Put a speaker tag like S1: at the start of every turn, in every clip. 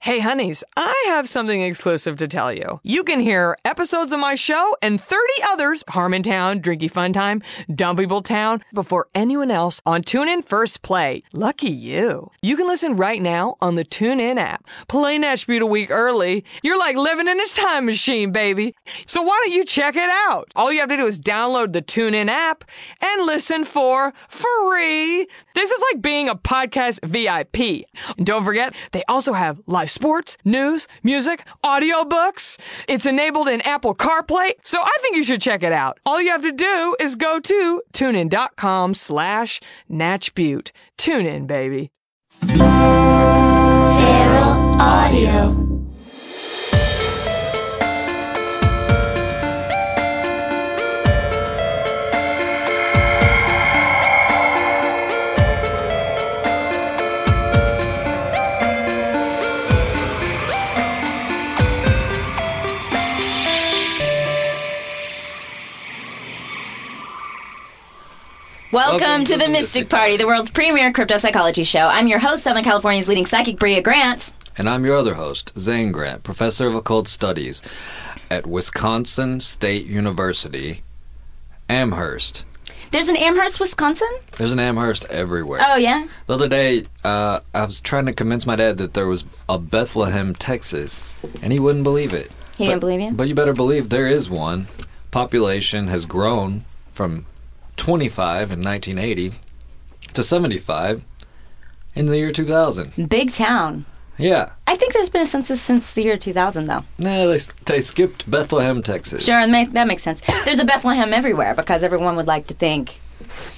S1: Hey, honeys, I have something exclusive to tell you. You can hear episodes of my show and 30 others, Harmontown, Drinky Fun Time, Dumb People Town, before anyone else on TuneIn First Play. Lucky you. You can listen right now on the TuneIn app. Play Nashville a week early. You're like living in a time machine, baby. So why don't you check it out? All you have to do is download the TuneIn app and listen for free. This is like being a podcast VIP. And don't forget, they also have live sports, news, music, audiobooks. It's enabled in Apple CarPlay, so I think you should check it out. All you have to do is go to tunein.com slash natchbute. Tune in, baby.
S2: Feral Audio.
S3: Welcome, to the Mystic Party, the world's premier crypto psychology show. I'm your host, Southern California's leading psychic, Bria Grant.
S4: And I'm your other host, Zane Grant, professor of occult studies at Wisconsin State University, Amherst.
S3: There's an Amherst, Wisconsin?
S4: There's an Amherst everywhere.
S3: Oh, yeah?
S4: The other day, uh, I was trying to convince my dad that there was a Bethlehem, Texas, and he wouldn't believe it.
S3: He didn't
S4: But-
S3: believe you?
S4: But you better believe there is one. Population has grown from 25 in 1980 to 75 in the year 2000.
S3: Big town.
S4: Yeah.
S3: I think there's been a census since the year 2000, though.
S4: No, they, they skipped Bethlehem, Texas.
S3: Sure, and ma- that makes sense. There's a Bethlehem everywhere because everyone would like to think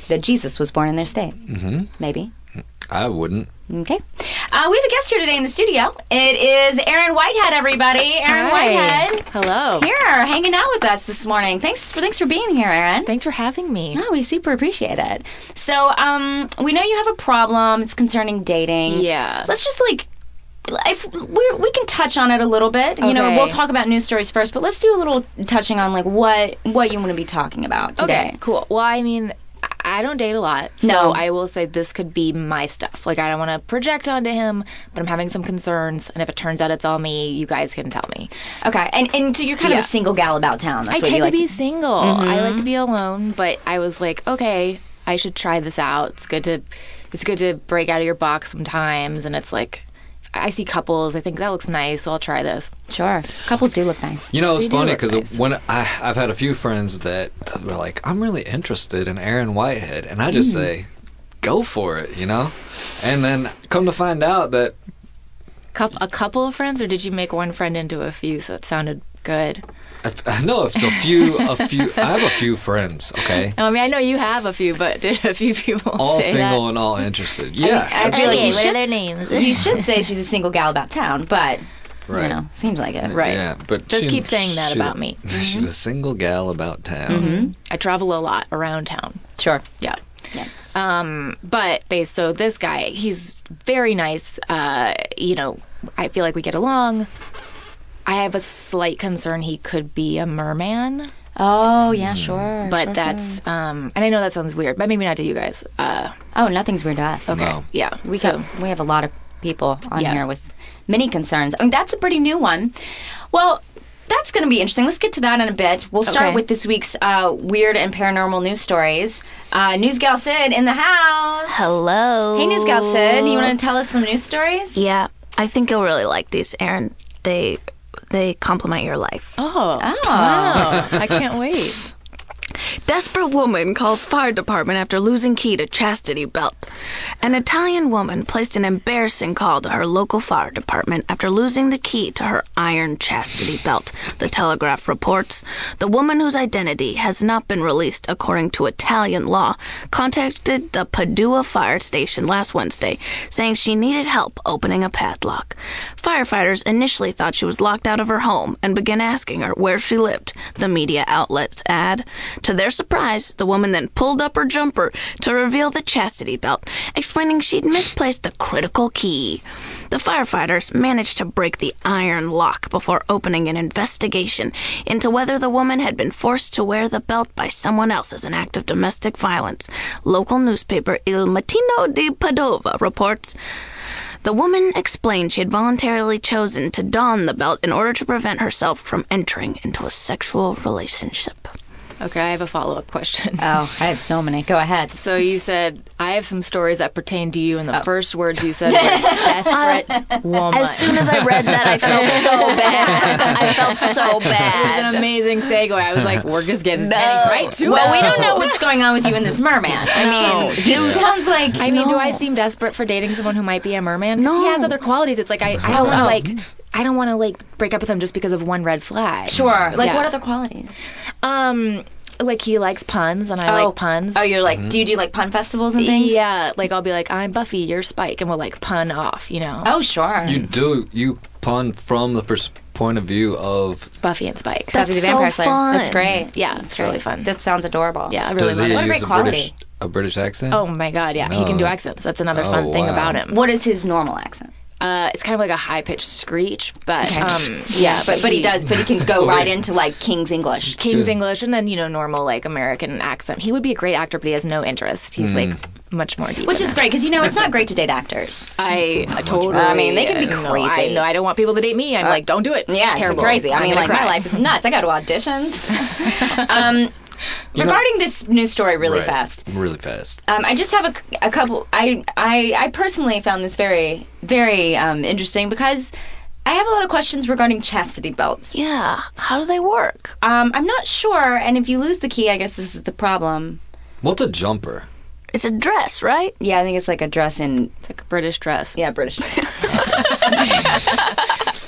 S3: that Jesus was born in their state. Mm-hmm. Maybe.
S4: I wouldn't.
S3: Okay. Uh, we have a guest here today in the studio. It is Aaron Whitehead, everybody. Aaron
S5: Hi.
S3: Whitehead.
S5: Hello.
S3: Here, hanging out with us this morning. Thanks for, thanks for being here, Aaron.
S5: Thanks for having me.
S3: No, Oh, we super appreciate it. So, um, we know you have a problem. It's concerning dating.
S5: Yeah.
S3: Let's just like, if we we can touch on it a little bit. You know,
S5: Okay.
S3: we'll talk about news stories first, but let's do a little touching on like what what you want to be talking about today.
S5: Okay, cool. Well, I mean, I- I don't date a lot, so
S3: No.
S5: I will say this could be my stuff. Like, I don't want to project onto him, but I'm having some concerns, and if it turns out it's all me, you guys can tell me.
S3: Okay. And and so you're kind of
S5: Yeah.
S3: a single gal about town. That's
S5: I
S3: what
S5: tend
S3: you like.
S5: to Mm-hmm. be single. I like to be alone, but I was like, okay, I should try this out. It's good to, it's good to break out of your box sometimes, and it's like, I see couples. I think that looks nice, so I'll try this.
S3: sure. Couples do look nice.
S4: You know, it's
S5: They do
S4: funny
S5: look
S4: because
S5: nice.
S4: when I, I've had a few friends that were like, "I'm really interested in Aaron Whitehead," and I just
S5: Hmm.
S4: say, "Go for it," you know. And then come to find out that
S5: Coup- a couple of friends, or did you make one friend into a few? So it sounded good.
S4: I, I know it's a few, a few. I have a few friends, okay,
S5: I mean, I know you have a few, but did a few people
S4: all
S5: say
S4: single and all interested. Yeah,
S3: I feel like
S4: absolutely.
S3: you should,
S5: their names?
S3: you should say she's a single gal about town, but you
S4: Right.
S3: know, seems like it.
S5: Right.
S4: Yeah, but
S5: Just
S4: she-
S5: keep saying that
S4: she-
S5: about me. Mm-hmm.
S4: She's a single gal about town.
S5: I travel a lot around town.
S3: Sure.
S5: Yeah.
S3: Yeah.
S5: Um, but bas- so this guy, he's very nice. Uh, you know, I feel like we get along. I have a slight concern he could be a merman,
S3: Oh yeah, sure.
S5: but
S3: sure,
S5: that's um, and I know that sounds weird, but maybe not to you guys. Uh,
S3: sure. oh nothing's weird to us.
S5: okay,
S4: No.
S5: yeah.
S3: We
S5: so
S3: got, we have a lot of people on
S5: Yeah.
S3: here with many concerns. I mean, that's a pretty new one. Well, that's going to be interesting. Let's get to that in a bit. We'll start
S5: Okay.
S3: with this week's uh, weird and paranormal news stories. Uh, news gal Sid in the house.
S6: Hello.
S3: Hey, news gal Sid, you want to tell us some news stories?
S6: Yeah, I think you'll really like these, Aaron. They they complement your life.
S5: oh, wow, I can't wait.
S6: Desperate woman calls fire department after losing key to chastity belt. An Italian woman placed an embarrassing call to her local fire department after losing the key to her iron chastity belt, the Telegraph reports. The woman whose identity has not been released according to Italian law contacted the Padua fire station last Wednesday saying she needed help opening a padlock. Firefighters initially thought she was locked out of her home and began asking her where she lived, the media outlets add. To their surprise, the woman then pulled up her jumper to reveal the chastity belt, explaining she'd misplaced the critical key. The firefighters managed to break the iron lock before opening an investigation into whether the woman had been forced to wear the belt by someone else as an act of domestic violence. Local newspaper Il Mattino di Padova reports The woman explained she had voluntarily chosen to don the belt in order to prevent herself from entering into a sexual relationship.
S5: Okay, I have a follow up question.
S3: Oh, I have so many. Go ahead.
S5: So you said I have some stories that pertain to you, and
S3: Oh.
S5: the first words you said
S3: Uh,
S5: were desperate woman.
S6: As soon as I read that, I felt so bad. I felt so bad.
S5: an amazing segue. I was like, we're just getting getting right to
S3: well,
S5: it.
S3: we don't know what's going on with you and this merman. I mean, he sounds like
S5: I mean, do I seem desperate for dating someone who might be a merman? 'Cause he has other qualities. It's like I, I don't want
S3: Oh.
S5: to like. I don't want to like break up with him just because of one red flag.
S3: sure. Like,
S5: Yeah.
S3: what other qualities?
S5: Um, like he likes puns and I like puns.
S3: Oh, you're like, do you do like pun festivals and things?
S5: yeah. Like I'll be like, I'm Buffy, you're Spike, and we'll like pun off. You know,
S3: Oh, sure.
S5: Mm.
S4: You do you pun from the pers- point of view of
S5: Buffy and Spike.
S3: Buffy the
S6: That's
S3: Vampire
S6: so
S3: Slayer. That's
S6: fun.
S3: great.
S5: yeah, it's really fun.
S3: That sounds adorable.
S5: yeah, I really
S4: does
S5: love
S4: he
S5: it.
S3: What a
S4: use
S3: great
S4: a,
S3: quality.
S4: British a British accent?
S5: Oh my god, yeah, he can do accents. That's another fun thing
S4: Oh, wow.
S5: about him.
S3: What is his normal accent?
S5: Uh, it's kind of like a high pitched screech, but um, yeah,
S3: but, but he, does. But he can go right into like King's English.
S5: King's English and then you know normal like American accent. He would be a great actor, but he has no interest. He's
S3: Mm.
S5: like much more deep,
S3: Which
S5: in
S3: is
S5: it.
S3: great because you know it's not great to date actors.
S5: I totally.
S3: I mean, they can be
S5: no, I,
S3: crazy.
S5: no, I don't want people to date me. I'm like, don't do it. It's
S3: Uh, Yeah, it's
S5: terrible.
S3: crazy. I
S5: I'm
S3: mean,
S5: gonna
S3: like
S5: cry.
S3: my life is nuts. I go to auditions. um, regarding this news story, really
S4: Right.
S3: fast.
S4: Really fast.
S3: Um, I just have a c- a, couple. I, I I personally found this very very um, interesting because I have a lot of questions regarding chastity belts.
S6: Yeah. How do they work?
S3: Um, I'm not sure, and if you lose the key, I guess this is the problem.
S4: What's a jumper?
S6: It's a dress, right?
S3: Yeah, I think it's like a dress in
S5: It's like a British dress.
S3: yeah British.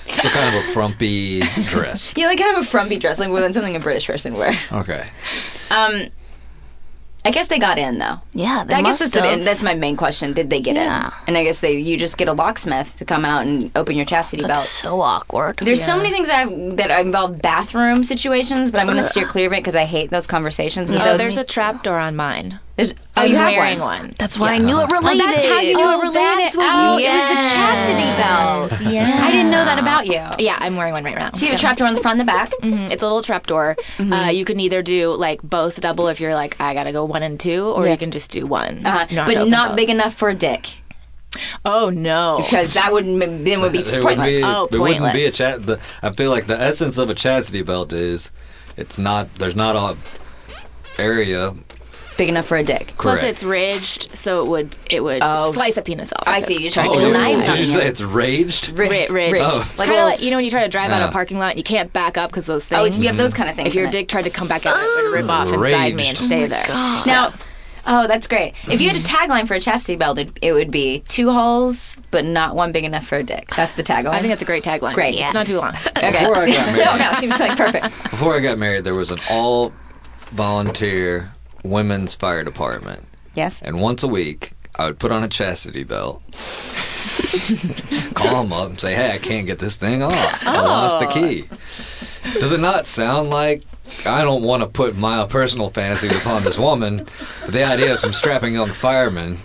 S4: It's a kind of a frumpy dress.
S3: yeah, like kind of a frumpy dress, like than something a British person wears.
S4: Okay.
S3: Um, I guess they got in though.
S6: Yeah, they
S3: I guess
S6: must
S3: that's, the-
S6: have.
S3: that's my main question. Did they get
S6: Yeah.
S3: in? And I guess they you just get a locksmith to come out and open your chastity belt.
S6: So awkward.
S3: There's so many things that I've, that involve bathroom situations, but I'm going to steer clear of it because I hate those conversations. with
S5: Oh,
S3: those-
S5: there's a trap door on mine.
S3: there's- oh, you
S5: I'm
S3: have
S5: wearing
S3: one.
S5: one.
S6: That's why I knew it related.
S3: That's how you knew
S5: Oh,
S3: it related.
S5: that's what
S3: oh,
S5: you-
S3: it was the chastity belt. Yeah, I didn't know that about you.
S5: Yeah, I'm wearing one right now.
S3: So you have a trapdoor on the front and the back.
S5: Mhm. It's a little trapdoor. Uh, you can either do like both double if you're like I gotta go one and two, or you can just do one,
S3: Uh-huh.
S5: You don't have to
S3: but
S5: open
S3: not
S5: both.
S3: big enough for a dick
S5: Oh no!
S3: because that would m- then would be
S4: There would
S3: pointless.
S4: be,
S5: Oh,
S4: there wouldn't be a
S5: pointless.
S4: chat. The, I feel like the essence of a chastity belt is it's not there's not a area
S3: Big enough for a dick.
S5: Plus,
S4: correct.
S5: it's ridged, so you would it would slice a penis off.
S3: Oh. I
S5: with
S3: see.
S5: it.
S3: You're trying
S4: oh,
S3: to
S4: you-
S3: knife
S4: did you
S3: something.
S4: say it's raged?
S3: Ri-
S5: Ri- ridged.
S3: ridged.
S4: Oh.
S5: Like
S3: Like a
S5: you know when you try to drive out of
S4: Ah.
S5: a parking lot, and you can't back up because those things.
S3: Oh, it's, you have those kind of things.
S5: If your
S3: in it.
S5: dick tried to come back out, it would rip off inside me and
S4: Raged.
S5: stay there.
S3: Now, oh, that's great. If you had a tagline for a chastity belt, it, it would be two holes, but not one big enough for a dick. That's the tagline.
S5: I think that's a great tagline.
S3: Great.
S5: It's not too long.
S3: okay.
S4: Before I got
S3: no,
S4: married.
S3: no, it seems like perfect.
S4: Before I got married, there was an all volunteer women's fire department.
S3: Yes.
S4: And once a week, I would put on a chastity belt, call them up and say, hey, I can't get this thing off. I lost the key. Does it not sound like I don't want to put my personal fantasies upon this woman, but the idea of some strapping young fireman,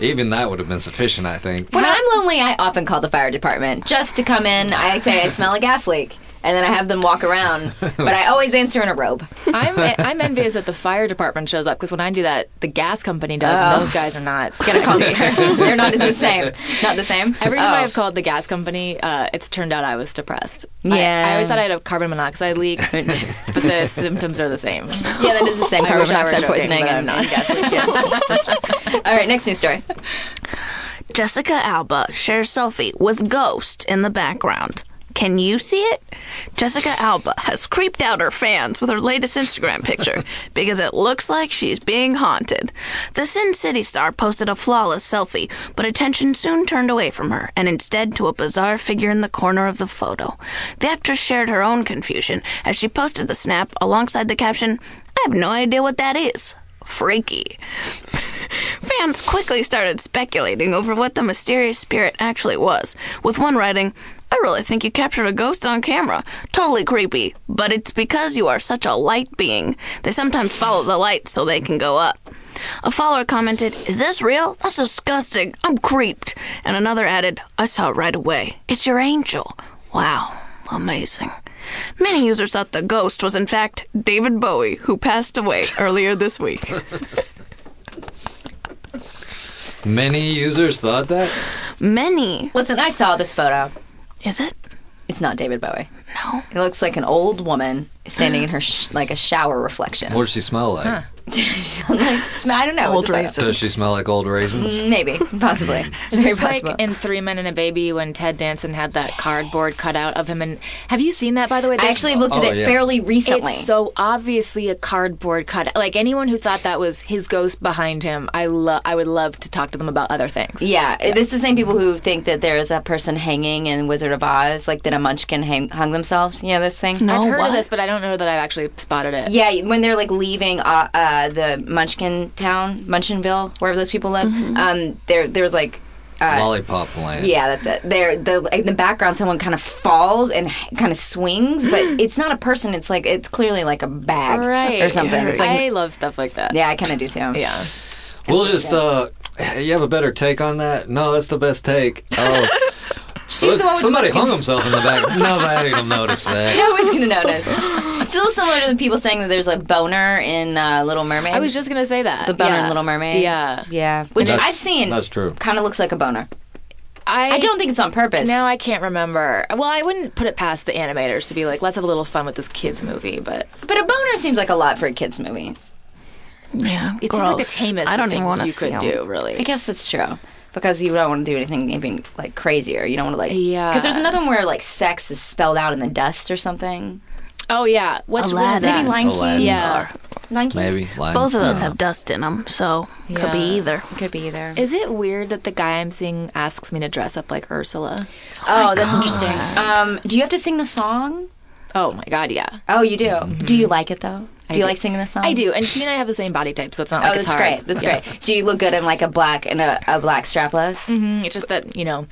S4: even that would have been sufficient, I think.
S3: When I'm lonely, I often call the fire department just to come in. I say I smell a gas leak, and then I have them walk around. But I always answer in a robe.
S5: I'm I'm envious that the fire department shows up because when I do that, the gas company does, and those guys are not.
S3: Gonna call me. They're not the same. Not the same.
S5: Every time
S3: Oh.
S5: I've called the gas company, uh, it's turned out I was depressed. I-
S3: Yeah.
S5: I, always thought I had a carbon monoxide leak, but the symptoms are the same.
S3: Yeah, that is the same.
S5: I wish
S3: Carbon
S5: I were
S3: monoxide
S5: joking,
S3: poisoning.
S5: but I'm
S3: and-
S5: not.
S3: and gas leak, yes. All right, next news story.
S6: Jessica Alba shares selfie with ghost in the background. Can you see it? Jessica Alba has creeped out her fans with her latest Instagram picture because it looks like she's being haunted. The Sin City star posted a flawless selfie, but attention soon turned away from her and instead to a bizarre figure in the corner of the photo. The actress shared her own confusion as she posted the snap alongside the caption, I have no idea what that is. Freaky. Fans quickly started speculating over what the mysterious spirit actually was, with one writing, I really think you captured a ghost on camera. Totally creepy, but it's because you are such a light being. They sometimes follow the light so they can go up. A follower commented, Is this real? That's disgusting. I'm creeped. And another added, I saw it right away. It's your angel. Wow, amazing. Many users thought the ghost was, in fact, David Bowie, who passed away earlier this week.
S4: Many users thought that?
S6: Many.
S3: Listen, I saw this photo.
S6: Is it?
S3: It's not David Bowie.
S6: No.
S3: It looks like an old woman standing in her sh- like a shower reflection.
S4: What does she smell like?
S3: like, sm- I don't know.
S6: Old
S3: It's a photo.
S6: raisins.
S4: Does she smell like old raisins?
S3: Maybe, possibly. It's very
S5: It's like
S3: possible.
S5: in Three Men and a Baby when Ted Danson had that cardboard cutout of him. And have you seen that, by the way?
S3: I
S5: There's-
S3: actually looked at
S4: Oh,
S3: it
S4: yeah.
S3: fairly recently.
S5: It's so obviously a cardboard cutout. Like anyone who thought that was his ghost behind him, I love. I would love to talk to them about other things.
S3: yeah, it's the same people who think that there is a person hanging in Wizard of Oz, like that a munchkin hang- hung themselves. You know this thing?
S6: No,
S5: I've heard
S6: what?
S5: of this, but I don't know that I've actually spotted it.
S3: Oh, Yeah, when they're like leaving uh, uh, the Munchkin town, Munchinville, wherever those people live,
S5: Mm-hmm.
S3: um, there there was like. Uh,
S4: Lollipop land.
S3: Yeah, that's it. There, the like, in the background, someone kind of falls and kind of swings, but it's not a person. It's like it's clearly like a bag
S5: Right.
S3: or something. It's like
S5: I love stuff like that.
S3: yeah, I kind of do too.
S5: Yeah.
S4: We'll just uh you have a better take on that? No, that's the best take. Oh.
S3: She's the one with the
S4: somebody
S3: most-
S4: hung himself in the back. Nobody will notice that.
S3: No one's gonna notice. It's a little similar to the people saying that there's a boner in uh, Little Mermaid.
S5: I was just gonna say that
S3: the boner
S5: yeah.
S3: in Little Mermaid.
S5: Yeah,
S3: yeah, which
S4: That's-
S3: I've seen.
S4: that's true.
S3: Kind of looks like a boner.
S5: I,
S3: I don't think it's on purpose.
S5: Now I can't remember. Well, I wouldn't put it past the animators to be like, let's have a little fun with this kids movie, but
S3: but a boner seems like a lot for a kids movie.
S6: Yeah.
S5: it seems like the
S6: gross.
S5: tamest
S6: I don't
S5: things
S6: even want to
S5: you could do,
S3: I
S5: really.
S3: guess that's true because you don't want to do anything even like crazier. You don't want to like
S5: Yeah.
S3: Because there's another one where like sex is spelled out in the dust or something.
S5: Oh yeah, what's wrong with
S6: Aladdin.
S5: that?
S3: Maybe Lion King.
S4: Aladdin.
S5: Yeah.
S3: Lion King
S4: Maybe. Lying.
S6: Both of those
S4: No.
S6: have dust in them, so could be
S5: Yeah.
S6: either.
S3: could be either.
S5: Is it weird that the guy I'm seeing asks me to dress up like Ursula?
S3: oh, that's interesting. Um, do you have to sing the song?
S5: Oh my god, yeah.
S3: Oh, you do. Do you like it though? Do you
S5: do.
S3: like singing the song?
S5: I do, and she and I have the same body type, so it's not
S3: Oh,
S5: like
S3: that's
S5: it's hard.
S3: great. That's great. So you look good in like a black and a, a black strapless.
S5: Mm, It's just that you know,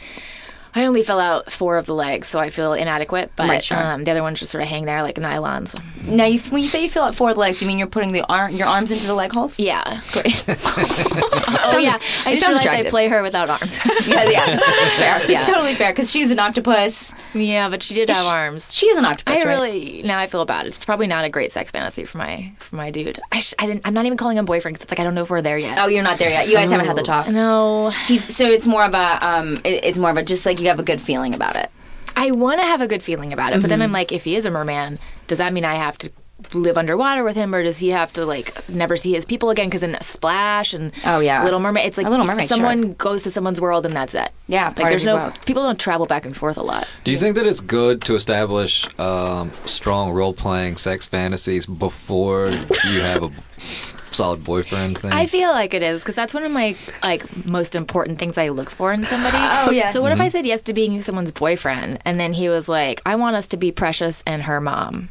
S5: I only fill out four of the legs, so I feel inadequate. But
S3: Right, sure.
S5: um, the other ones just sort of hang there like nylons.
S3: Now, you, when you say you fill out four legs, you mean you're putting the arm your arms into the leg holes?
S5: Yeah.
S3: Great.
S5: Oh yeah. I just
S3: sounds
S5: realized I
S3: attractive.
S5: play her without arms.
S3: yeah, yeah, that's fair. That's totally fair because she's an octopus.
S5: yeah, but she did have arms.
S3: She is an octopus.
S5: I
S3: right?
S5: really now I feel bad. It's probably not a great sex fantasy for my for my dude. I, sh- I didn't. I'm not even calling him boyfriend because it's like I don't know if we're there yet.
S3: Oh, you're not there yet. You guys haven't had the talk.
S5: No,
S3: He's so it's more of a um, it- it's more of a just like you have a good feeling about it.
S5: I want to have a good feeling about it, but
S3: Mm-hmm.
S5: then I'm like, if he is a merman, does that mean I have to live underwater with him, or does he have to like never see his people again? Because in Splash and
S3: Oh, yeah.
S5: Little Mermaid, it's like
S3: A Little Mermaid,
S5: someone goes to someone's world and that's it.
S3: Yeah, part
S5: like
S3: of
S5: there's
S3: your
S5: no
S3: world. Mm.
S5: people don't travel back and forth a lot.
S4: Do you think that it's good to establish um, strong role playing sex fantasies before you have a solid boyfriend thing?
S5: I feel like it is because that's one of my like most important things I look for in somebody.
S3: Oh, yeah.
S5: So what if I said yes to being someone's boyfriend, and then he was like, "I want us to be precious and her mom,"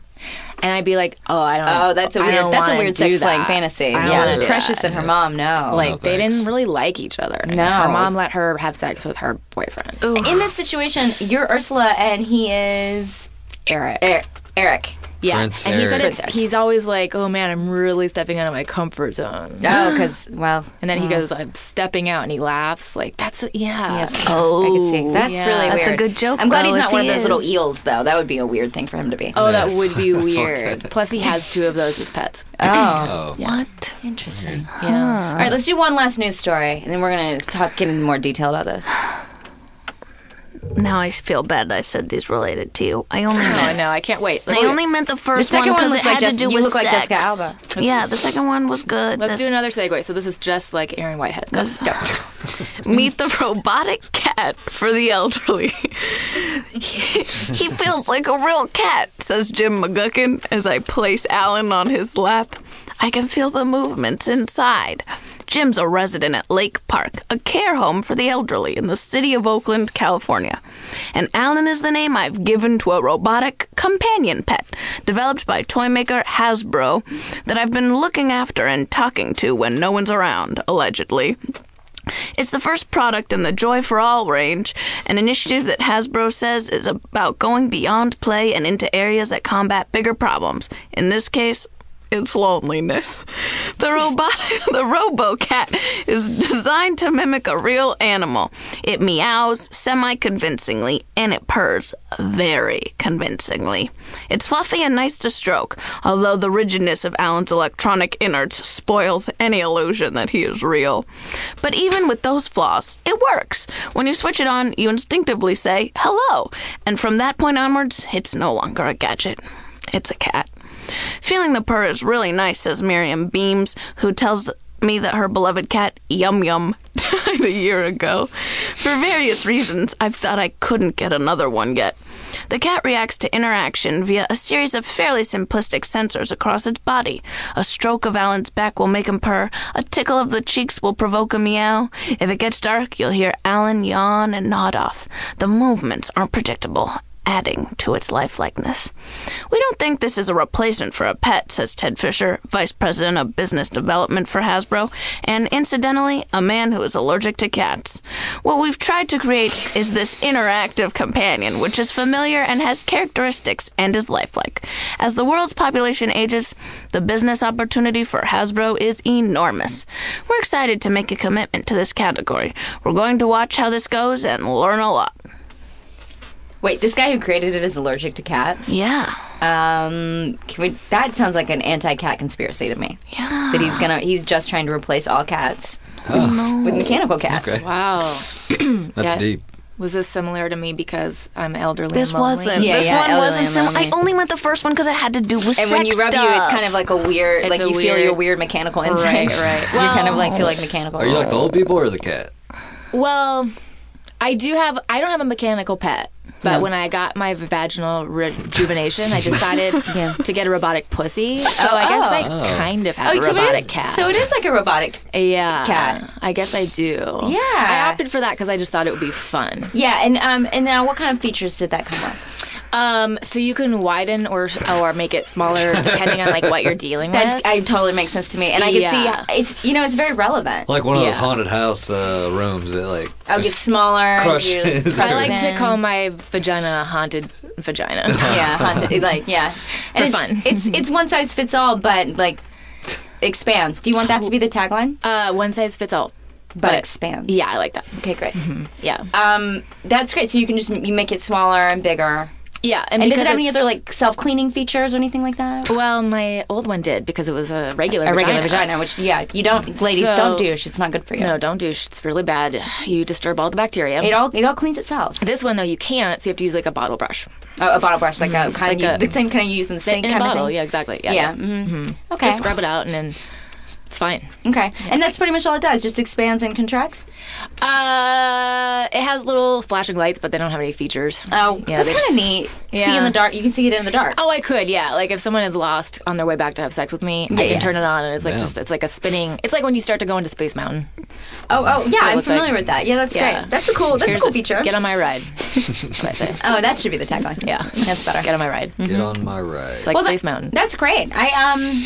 S5: and I'd be like, "Oh, I don't."
S3: Oh, that's a
S5: I
S3: weird
S5: don't
S3: that's a
S5: wanna
S3: weird
S5: do
S3: sex playing
S5: that.
S3: fantasy.
S5: I don't wanna
S3: Yeah,
S5: do
S3: Precious
S5: that.
S3: and her mom. No,
S5: Like they
S4: Oh, thanks.
S5: didn't really like each other.
S3: No.
S5: her mom let her have sex with her boyfriend,
S3: in this situation, you're Ursula and he is
S5: Eric.
S3: er- Eric.
S5: Yeah,
S4: Prince
S5: and he said
S4: Eric.
S5: it's, he's always like, "Oh man, I'm really stepping out of my comfort zone."
S3: Oh, because well,
S5: And then he
S6: Uh-huh.
S5: goes, "I'm stepping out," and he laughs. Like that's yeah.
S3: Oh, I can see. That's
S5: Yeah.
S3: really
S5: That's
S3: weird.
S6: a good joke,
S3: I'm glad
S6: though,
S3: he's not
S6: if
S3: one of
S6: he
S3: those little
S6: is.
S3: eels, though. That would be a weird thing for him to be.
S5: Oh, that would be weird. Plus, he has two of those as pets.
S3: Oh,
S6: Uh, What?
S3: interesting.
S5: Yeah.
S3: All right, let's do one last news story, and then we're gonna talk get into more detail about this.
S6: Now I feel bad that I said these related to you. I only
S5: Oh
S6: meant,
S5: no, I can't wait.
S6: I only meant the first
S3: second one
S6: because
S3: looks
S6: it
S3: like
S6: had
S3: Jess-
S6: to do
S3: you
S6: with
S3: look like
S6: sex.
S3: Jessica Alba.
S6: yeah, the second one was good.
S5: Let's
S6: This-
S5: do another segue. So this is just like Aaron Whitehead. Let's go.
S6: meet the robotic cat for the elderly. he, he feels like a real cat, says Jim McGuckin as I place Alan on his lap. I can feel the movements inside. Jim's a resident at Lake Park, a care home for the elderly in the city of Oakland, California. And Alan is the name I've given to a robotic companion pet developed by toy maker Hasbro that I've been looking after and talking to when no one's around, allegedly. It's the first product in the Joy for All range, an initiative that Hasbro says is about going beyond play and into areas that combat bigger problems. In this case, its loneliness. The robot, the RoboCat, is designed to mimic a real animal. It meows semi-convincingly and it purrs very convincingly. It's fluffy and nice to stroke, although the rigidness of Alan's electronic innards spoils any illusion that he is real. But even with those flaws, it works. When you switch it on, you instinctively say hello, and from that point onwards, it's no longer a gadget. It's a cat. Feeling the purr is really nice, says Miriam Beams, who tells me that her beloved cat, Yum Yum, died a year ago. For various reasons, I've thought I couldn't get another one yet. The cat reacts to interaction via a series of fairly simplistic sensors across its body. A stroke of Alan's back will make him purr, a tickle of the cheeks will provoke a meow. If it gets dark, you'll hear Alan yawn and nod off. The movements aren't predictable, adding to its lifelikeness. We don't think this is a replacement for a pet, says Ted Fisher, Vice President of Business Development for Hasbro, and incidentally, a man who is allergic to cats. What we've tried to create is this interactive companion, which is familiar and has characteristics and is lifelike. As the world's population ages, the business opportunity for Hasbro is enormous. We're excited to make a commitment to this category. We're going to watch how this goes and learn a lot.
S3: Wait, this guy who created it is allergic to cats.
S6: Yeah.
S3: Um, can we, that sounds like an anti-cat conspiracy to me. Yeah. That he's gonna he's just trying to replace all cats with mechanical cats.
S4: Okay.
S5: Wow.
S4: That's
S5: Yeah.
S4: deep.
S5: Was this similar to me because I'm elderly?
S6: This
S5: and lonely?
S6: wasn't.
S3: Yeah,
S6: this
S3: yeah,
S6: one
S3: elderly
S6: wasn't
S3: and
S6: similar. I
S3: lonely.
S6: only went the first one because it had to do with
S3: And
S6: sex
S3: when you rub
S6: stuff.
S3: you, it's kind of like a weird,
S5: It's
S3: like you
S5: a
S3: feel
S5: weird-
S3: your weird mechanical instinct.
S5: right.
S3: you kind of like feel like mechanical.
S4: Are you like the old people or the cat?
S5: Well, I do have. I don't have a mechanical pet, but when I got my vaginal rejuvenation, I decided to get a robotic pussy. So I guess I kind of have
S3: Oh,
S5: a
S3: so it is-
S5: robotic cat.
S3: So it is like a robotic.
S5: yeah,
S3: cat.
S5: I guess I do. Yeah, I opted for that because I just thought it would be fun.
S3: Yeah, and um, and now what kind of features did that come with?
S5: Um, so you can widen or or make it smaller depending on like what you're dealing
S3: That
S5: with.
S3: I totally makes sense to me, and I can
S5: Yeah.
S3: see it's you know it's very relevant.
S4: Like one of those
S5: Yeah.
S4: haunted house uh, rooms that like
S3: Oh, it gets
S4: just
S3: smaller. as you
S4: crushes.
S3: crush
S5: I like
S3: it in.
S5: to call my vagina a haunted vagina.
S3: yeah haunted like yeah and it's,
S5: fun.
S3: It's it's one size fits all, but like expands. Do you want that to be the tagline?
S5: Uh, one size fits all.
S3: but expands.
S5: Yeah, Mm-hmm. I like that.
S3: Okay, great.
S5: Yeah.
S3: Um, that's great. So you can just you make it smaller and bigger.
S5: Yeah.
S3: And does
S5: because
S3: it have any
S5: it's-
S3: other like self cleaning features or anything like that?
S5: Well, my old one did because it was a regular
S3: A
S5: vagina.
S3: regular vagina, which yeah, you don't ladies
S5: So-
S3: don't douche. It's not good for you.
S5: No, don't douche. It's really bad. You disturb all the bacteria.
S3: It all it all cleans itself.
S5: this one though, you can't, so you have to use like a bottle brush.
S3: Oh, a bottle brush, like a kind
S5: Mm-hmm. Like
S3: of
S5: a-
S3: the same kind you use in the sink
S5: in a
S3: kind
S5: bottle.
S3: of thing.
S5: Yeah, exactly. Yeah.
S3: Yeah.
S5: yeah.
S3: mhm. Okay.
S5: Just scrub it out and then it's fine.
S3: okay. And that's pretty much all it does. Just expands and contracts.
S5: Uh, it has little flashing lights, but they don't have any features.
S3: Oh,
S5: Yeah,
S3: that's
S5: they
S3: kind of
S5: just-
S3: neat. See in
S5: Yeah.
S3: the dark. You can see it in the dark.
S5: Oh, I could, yeah. Like if someone is lost on their way back to have sex with me, I can
S3: yeah.
S5: turn it on and it's like just it's like a spinning. It's like when you start to go into Space Mountain.
S3: Oh, oh, yeah,
S5: what it
S3: I'm
S5: looks like.
S3: familiar with that. Yeah, that's
S5: Yeah.
S3: great. That's a cool. That's a
S5: Here's
S3: cool feature.
S5: Get on my ride. That's what I say.
S3: oh, that should be the tagline.
S5: Yeah.
S3: that's better.
S5: Get on my ride. It's
S4: get on my right.
S5: like
S3: Well,
S5: Space
S3: that-
S5: Mountain.
S3: That's great. I um,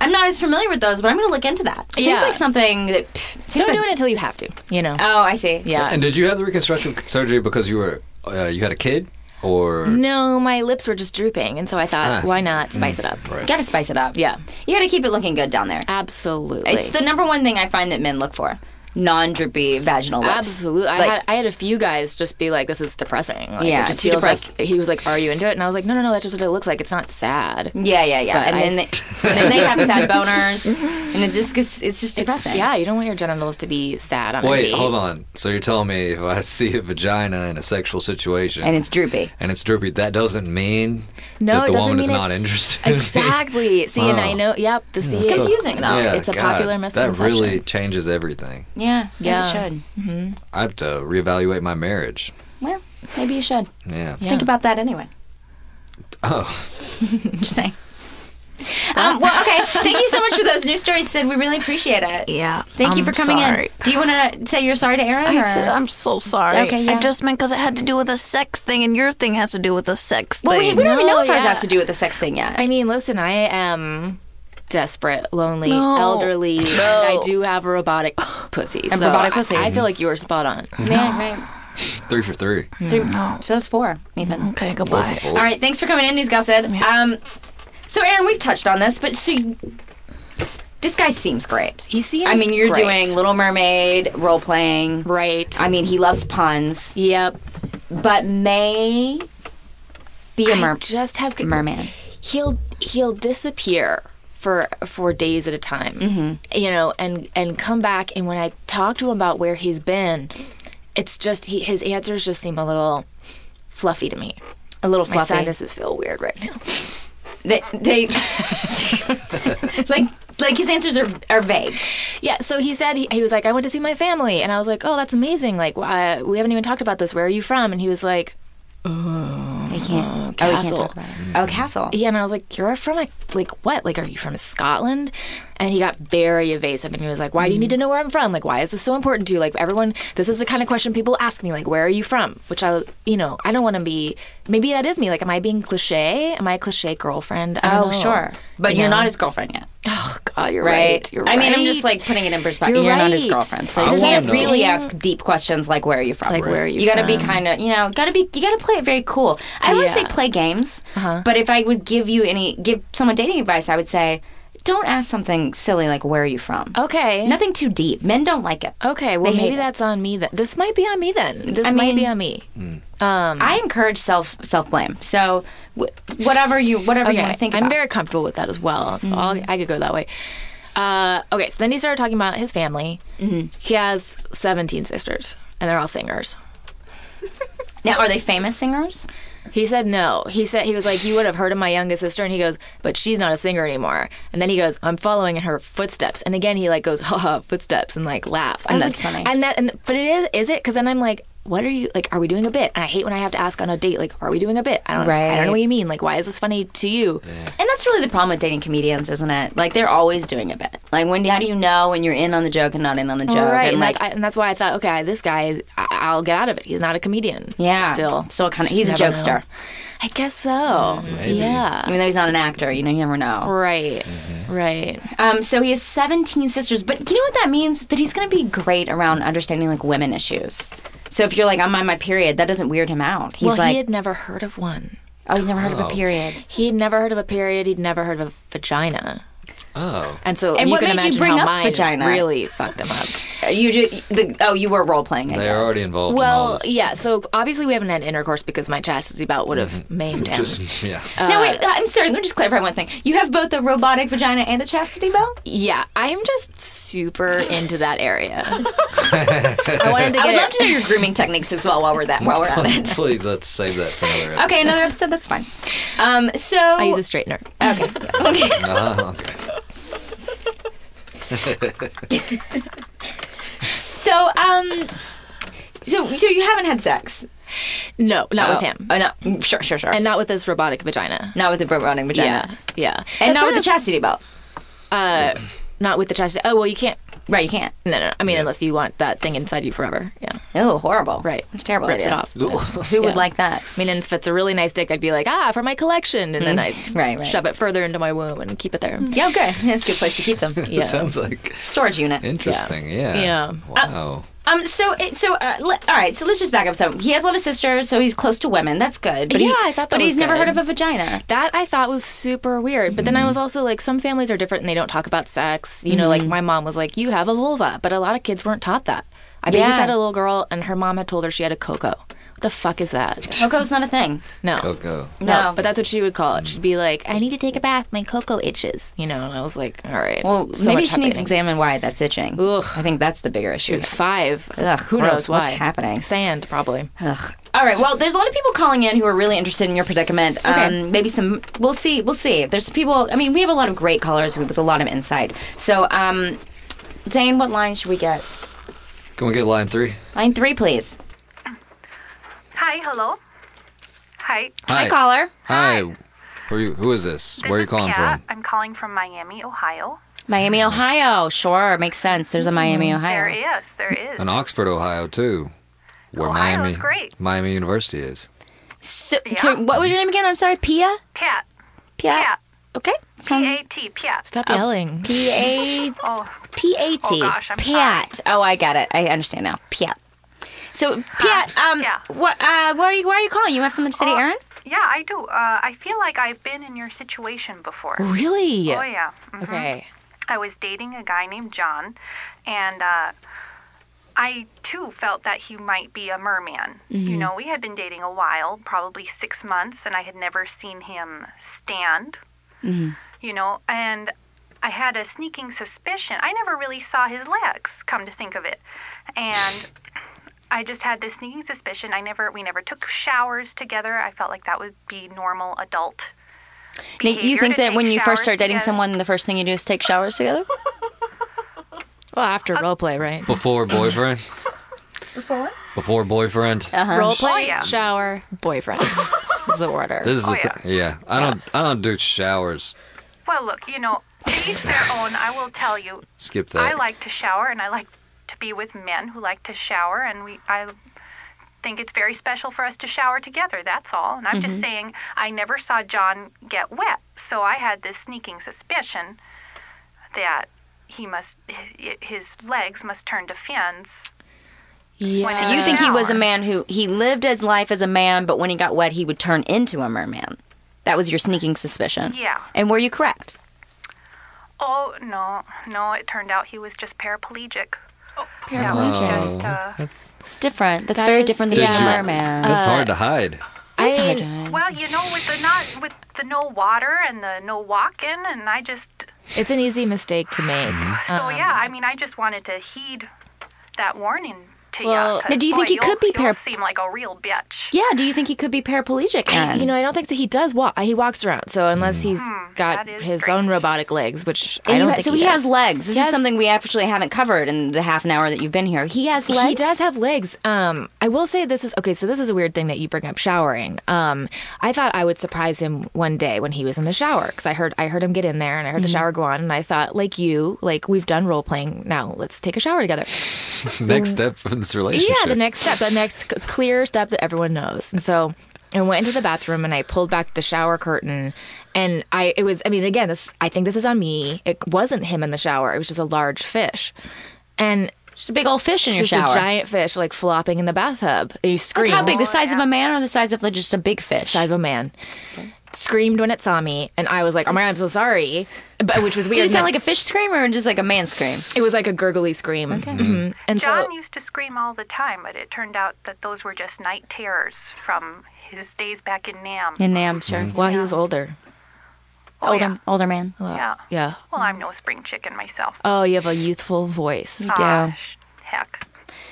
S3: I'm not as familiar with those, but I'm going to look into that. Seems
S5: Yeah.
S3: like something that pff, seems like,
S5: Don't do it until you have to. You know.
S3: Oh, I see.
S5: yeah.
S4: and did you have the reconstructive surgery because you were uh, you had a kid or
S5: No, my lips were just drooping, and so I thought,
S4: Ah.
S5: why not spice it up?
S3: Got to spice it up.
S5: Yeah,
S3: you got to keep it looking good down there.
S5: absolutely.
S3: It's the number one thing I find that men look for: non-droopy vaginal lips.
S5: absolutely. I
S3: Like-
S5: had I had a few guys just be like, "This is depressing." Like,
S3: Yeah,
S5: it just
S3: too
S5: feels
S3: depressed.
S5: like he was like, "Are you into it?" And I was like, "No, no, no. That's just what it looks like. It's not sad."
S3: Yeah, yeah, yeah.
S5: But
S3: and
S5: I-
S3: then they, then they have sad boners, and it just gets, it's just
S5: It's-
S3: depressing.
S5: yeah, you don't want your genitals to be sad on a
S4: Wait,
S5: date.
S4: hold on. So you're telling me if I see a vagina in a sexual situation
S3: and it's droopy.
S4: and it's droopy, that doesn't mean
S5: No,
S4: that
S5: it
S4: the
S5: doesn't
S4: woman is
S5: mean
S4: not
S5: it's-
S4: interested. in me?
S5: Exactly. See, and I
S4: Wow.
S5: know. Yep. The see.
S4: So-
S3: confusing, though.
S4: Yeah,
S5: it's a
S4: God,
S5: popular
S4: That
S5: misconception.
S4: really changes everything.
S3: Yeah, yeah.
S5: Yeah.
S3: it should.
S4: I have to reevaluate my marriage.
S3: Well, maybe you should
S4: Yeah.
S5: Yeah.
S3: think about that anyway.
S4: Oh,
S3: Just saying. Um, well, okay. Thank you so much for those news stories, Sid. We really appreciate it.
S6: yeah.
S3: Thank you
S6: I'm
S3: for coming
S6: sorry.
S3: in. Do you want to say you're sorry to Aaron?
S6: I
S3: or-
S6: said, I'm so sorry.
S3: Okay, yeah.
S6: I just meant because it had to do with a sex thing, and your thing has to do with a sex
S3: well, we,
S6: thing.
S3: we don't even know
S5: No,
S3: if ours
S5: yeah.
S3: has to do with the sex thing yet.
S5: I mean, listen, I am desperate, lonely,
S6: No.
S5: elderly, and I do have a robotic pussy. so
S3: robotic
S5: I-
S3: pussy.
S5: I feel like you were spot on.
S3: yeah,
S4: three for three.
S3: Hmm. right. Those four, even.
S6: okay, goodbye.
S3: All right. Thanks for coming in, News Gal Sid. Um, So, Aaron, we've touched on this, but so you- this guy seems great.
S5: He seems
S3: I mean, you're
S5: great.
S3: doing Little Mermaid role playing.
S5: Right.
S3: I mean, he loves puns,
S5: yep.
S3: but may be a
S5: I
S3: mer-
S5: just have
S3: merman.
S5: he'll he'll disappear for for days at a time
S3: Mm-hmm.
S5: you know and and come back and when i talk to him about where he's been it's just he, his answers just seem a little fluffy to me
S3: A little
S5: my
S3: fluffy.
S5: sinuses feel weird right now
S3: They, they like like his answers are are vague.
S5: yeah so he said he, he was like i went to see my family and i was like oh that's amazing like why we haven't even talked about this where are you from and he was like
S3: They can't.
S5: Oh,
S3: Oh,
S5: we
S3: we
S5: can't
S3: castle.
S5: talk
S3: Oh, castle.
S5: yeah and i was like you're from like like what like are you from scotland and he got very evasive and he was like why do you
S3: Mm.
S5: need to know where i'm from like why is this so important to you like everyone this is the kind of question people ask me like where are you from which i was you know i don't want to be maybe that is me like am i being cliche am i a cliche girlfriend I don't
S3: Oh,
S5: know.
S3: sure. But
S5: You
S3: you're
S5: know?
S3: not his girlfriend yet,
S5: oh god you're
S3: right?
S5: right, You're
S3: I mean, I'm just
S5: right.
S3: like putting it in perspective.
S5: You're
S3: You're, not his
S5: right.
S3: girlfriend, so
S5: I
S3: you
S4: wanna
S3: can't
S4: know.
S3: really ask deep questions like where are you from.
S5: Like, where are you
S3: You gotta be
S5: from?
S3: kind of, you know, gotta be. You gotta play it very cool. I always
S5: Yeah. Uh-huh.
S3: say play games, but if I would give you any, give someone dating advice, I would say, don't ask something silly like where are you
S5: Oh.
S3: from.
S5: okay
S3: Nothing too deep. Men don't like it.
S5: okay well
S3: They hate
S5: maybe
S3: it.
S5: that's on me then this might be on me then this
S3: I
S5: might be
S3: mean-
S5: on me
S3: I encourage self self blame. So w- whatever you whatever you want to think
S5: I'm
S3: about. Mm-hmm.
S5: very comfortable with that as well. So I'll, I could go that way. Uh, okay, so then he started talking about his family.
S3: Mm-hmm.
S5: He has 17 sisters, and they're all singers.
S3: now, are they famous singers?
S5: He said no. He said he was like, you would have heard of my youngest sister, and he goes, but she's not a singer anymore. And then he goes, I'm following in her footsteps. And again, he like goes, ha ha, footsteps, and like laughs. I
S3: And
S5: was
S3: Oh, that's
S5: like-
S3: funny.
S5: And that, and but it is, is it? Because then I'm like, what are you like? Are we doing a bit? And I hate when I have to ask on a date, like, are we doing a bit? I don't, I don't
S3: Right.
S5: know what you mean. Like, why is this funny to you?
S3: And that's really the problem with dating comedians, isn't it? Like they're always doing a bit. Like when how do you know when you're in on the joke and not in on the joke?
S5: Right,
S3: And
S5: and,
S3: like
S5: that's, I, and that's why I thought, okay, this guy, is, I, I'll get out of it. He's not a comedian.
S3: Yeah,
S5: still,
S3: still kinda-
S5: Just
S3: he's a
S5: never know.
S3: jokester.
S5: I guess so. Yeah,
S3: even though he's not an actor, you know, you never know.
S5: right, right.
S3: Um, so he has 17 sisters, but you know what that means? That he's going to be great around understanding like women issues. So if you're like, I'm on my period, that doesn't weird him out. He's
S5: well,
S3: like,
S5: he had never heard of one.
S3: oh, he's never heard of a period.
S5: He had never heard of a period. He'd never heard of a vagina.
S4: Oh.
S5: And so,
S3: And
S5: you
S3: what
S5: can
S3: made you
S5: imagine
S3: bring
S5: how
S3: up
S5: mine
S3: vagina?
S5: really fucked him up.
S3: You just, the, oh, you were role playing.
S4: They are already involved in all
S5: Well,
S4: this.
S5: yeah. So obviously, we haven't had intercourse because my chastity belt would have maimed him.
S4: Just, yeah.
S5: Uh,
S3: no, wait, I'm sorry. Let me just clarify one thing. You have both a robotic vagina and a chastity belt.
S5: yeah, I'm just super into that area. I wanted to
S3: I
S5: get
S3: would love to know your grooming techniques as well while we're that while we're at it.
S4: Please, let's save that for another episode.
S3: Okay, another episode. That's fine. Um, so
S5: I use a straightener.
S4: Ah, okay.
S3: so um, so so you haven't had sex
S5: No, not with him.
S3: Oh, no, sure, sure, sure.
S5: and not with this robotic vagina.
S3: not with the running vagina.
S5: Yeah, yeah,
S3: And
S5: That's
S3: not
S5: sort
S3: with the
S5: of-
S3: chastity belt.
S5: uh, not with the chest. Oh well, you can't.
S3: Right, you can't.
S5: No, no. I mean, unless you want that thing inside you forever. Yeah,
S3: Oh, horrible.
S5: right.
S3: It's a terrible.
S5: Rips
S3: idea.
S5: it off.
S4: Uh-huh.
S3: Who would
S5: Yeah.
S3: like that?
S5: I mean, and if it's a really nice dick, I'd be like, ah, for my collection, and then I
S3: Right, Hmm. right.
S5: shove it further into my womb and keep it there.
S3: Yeah, good. That's a good place to keep them.
S5: Yeah.
S4: Sounds like
S3: Storage unit.
S4: interesting. Yeah.
S5: Yeah.
S4: Wow.
S3: Um. So it. So. Uh, le- all right. So let's just back up some. He has a lot of sisters, so he's close to women. That's good. But he-
S5: Yeah, I thought that
S3: But
S5: was
S3: he's never heard
S5: good.
S3: of a vagina.
S5: That I thought was super weird. But then I was also like, some families are different and they don't talk about sex. You know, like my mom was like, you have a vulva, but a lot of kids weren't taught that. I
S3: Yeah.
S5: babysat a little girl, and her mom had told her she had a coco. What the fuck is that?
S3: Coco's not a thing.
S5: No.
S4: Go go.
S5: No,
S3: No.
S5: but that's what she would call it. She'd be like, "I need to take a bath. My cocoa itches." You know, and I was like, "All right."
S3: Well,
S5: so
S3: maybe
S5: much
S3: she needs to
S5: happening.
S3: examine why that's itching.
S5: Ugh.
S3: I think that's the bigger issue.
S5: five.
S3: Ugh,
S5: Who
S3: gross.
S5: knows why?
S3: What's happening?
S5: Sand, probably.
S3: Ugh. All right. Well, there's a lot of people calling in who are really interested in your predicament. Um, maybe some. We'll see. We'll see. There's some people. I mean, we have a lot of great callers with a lot of insight. So, um, Zane, what line should we get?
S4: Can we get line three?
S3: Line three, please.
S7: Hi, hello. Hi,
S4: Hi,
S5: Caller.
S4: Hi. Who are you? Who is this?
S7: this
S4: Where are you
S7: is
S4: calling
S7: Kat.
S4: from? Oh.
S7: I'm calling from Miami, Ohio.
S3: Miami, Ohio. Sure, makes sense. There's a Miami,
S7: There
S3: Ohio.
S7: is, there is.
S4: In Oxford, Ohio, too. Where
S7: Ohio
S4: Miami
S7: is great.
S4: Miami University is.
S3: So, so what was your name again? I'm sorry, Pia.
S7: Pat,
S3: Pia.
S7: Pat,
S3: Okay.
S7: P
S3: Sounds
S7: A T, Pat.
S5: Stop
S3: Oh.
S5: yelling.
S3: P A
S7: Oh,
S3: P A T.
S7: Oh, gosh, I'm
S3: Piat. Oh, I got it. I understand now. Piat. um, So Piat, um,
S7: yeah. Oh,
S3: what, uh, why are you, why are you calling? You have something to say to Aaron?
S7: Yeah, I do. Uh, I feel like I've been in your situation before.
S5: Really?
S7: Oh, yeah. Mhm.
S5: Okay.
S7: I was dating a guy named John, and uh, I too felt that he might be a merman. You know, we had been dating a while, probably six months, and I had never seen him stand. You know, and I had a sneaking suspicion. I never really saw his legs, come to think of it. And I just had this sneaking suspicion. I never, we never took showers together. I felt like that would be normal adult.
S3: Now, you
S7: behavior
S3: think
S7: to
S3: that
S7: take
S3: when you
S7: showers
S3: first start dating
S7: together.
S3: someone, the first thing you do is take showers together?
S5: Well, after
S7: Uh,
S5: role play, right?
S4: Before boyfriend. Before what? Before boyfriend.
S3: uh-huh.
S5: Role play,
S7: Oh, yeah.
S5: shower, boyfriend is the order.
S4: This is the
S7: Oh,
S4: thi- yeah. I don't I don't do showers.
S7: Well, look, you know, to each their own. I will tell you,
S4: Skip that.
S7: I like to shower, and I like to be with men who like to shower, and we I think it's very special for us to shower together. That's all. And I'm
S3: Mm-hmm.
S7: just saying, I never saw John get wet, so I had this sneaking suspicion that he must hi- his legs must turn to fins.
S5: yeah.
S7: when
S3: So
S7: in
S3: you
S7: the
S3: think he was a
S7: Uh, shower.
S3: man who he lived his life as a man, but when he got wet, he would turn into a merman. That was your sneaking suspicion.
S7: Yeah.
S3: And were you correct?
S7: Oh no, no! It turned out he was just paraplegic.
S3: Oh, Okay.
S7: Just, uh,
S3: It's different. That's
S5: That
S3: very
S5: is-
S3: different than
S5: Did
S3: being a
S5: you- Uh,
S3: merman.
S4: That's hard to hide.
S3: It's hard
S5: I,
S3: to-
S7: well, you know, with the not with the no water and the no walking, and I just
S5: it's an easy mistake to make.
S3: Mm-hmm.
S5: Uh,
S7: So
S3: Um.
S7: yeah, I mean, I just wanted to heed that warning to
S5: Well-
S7: ya, 'cause,
S3: Now, do you
S7: boy,
S3: think he
S7: you'll-
S3: could be
S7: You'll
S3: par-
S7: seem like a real bitch.
S3: yeah. Do you think he could be paraplegic? Then?
S5: You know, I don't think so. He does walk. He walks around. So unless he's got
S7: Hmm, that is
S5: his
S7: strange.
S5: own robotic legs, which
S3: Mm. And
S5: I
S3: you
S5: don't
S3: ha-
S5: think
S3: so
S5: he,
S3: he, has
S5: does.
S3: legs. This
S5: He
S3: is
S5: has-
S3: something we actually haven't covered in the half an hour that you've been here. He has legs.
S5: He does have legs. Um, I will say this is okay. So this is a weird thing that you bring up showering. Um, I thought I would surprise him one day when he was in the shower because I heard I heard him get in there and I heard the shower go on and I thought like you like we've done role playing now let's take a shower together.
S4: Next step in this relationship.
S5: Yeah, the next step, the next c- clear step that everyone knows. And so I went into the bathroom and I pulled back the shower curtain. And I, it was, I mean, again, this, I think this is on me. It wasn't him in the shower. It was just a large fish. And
S3: Just a big old fish in your
S5: just
S3: shower.
S5: a giant fish, like flopping in the bathtub. You
S3: Like
S5: screamed.
S3: how big? The size of a man or the size of like, just a big fish?
S5: Size of a man. Screamed when it saw me. And I was like, oh my God, I'm so sorry. But, which was weird.
S3: Did it sound like
S5: And
S3: a fish scream or just like a man scream?
S5: it was like a gurgly scream. Okay. And
S7: John
S5: so,
S7: used to scream all the time, but it turned out that those were just night terrors from his days back in Nam.
S3: In Nam, sure.
S5: well, he was older.
S7: Oh,
S3: older,
S7: yeah.
S3: older man.
S7: Yeah.
S5: Yeah.
S7: Well, I'm no spring chicken myself.
S5: Oh, you have a youthful voice.
S3: Yeah.
S7: Gosh, heck.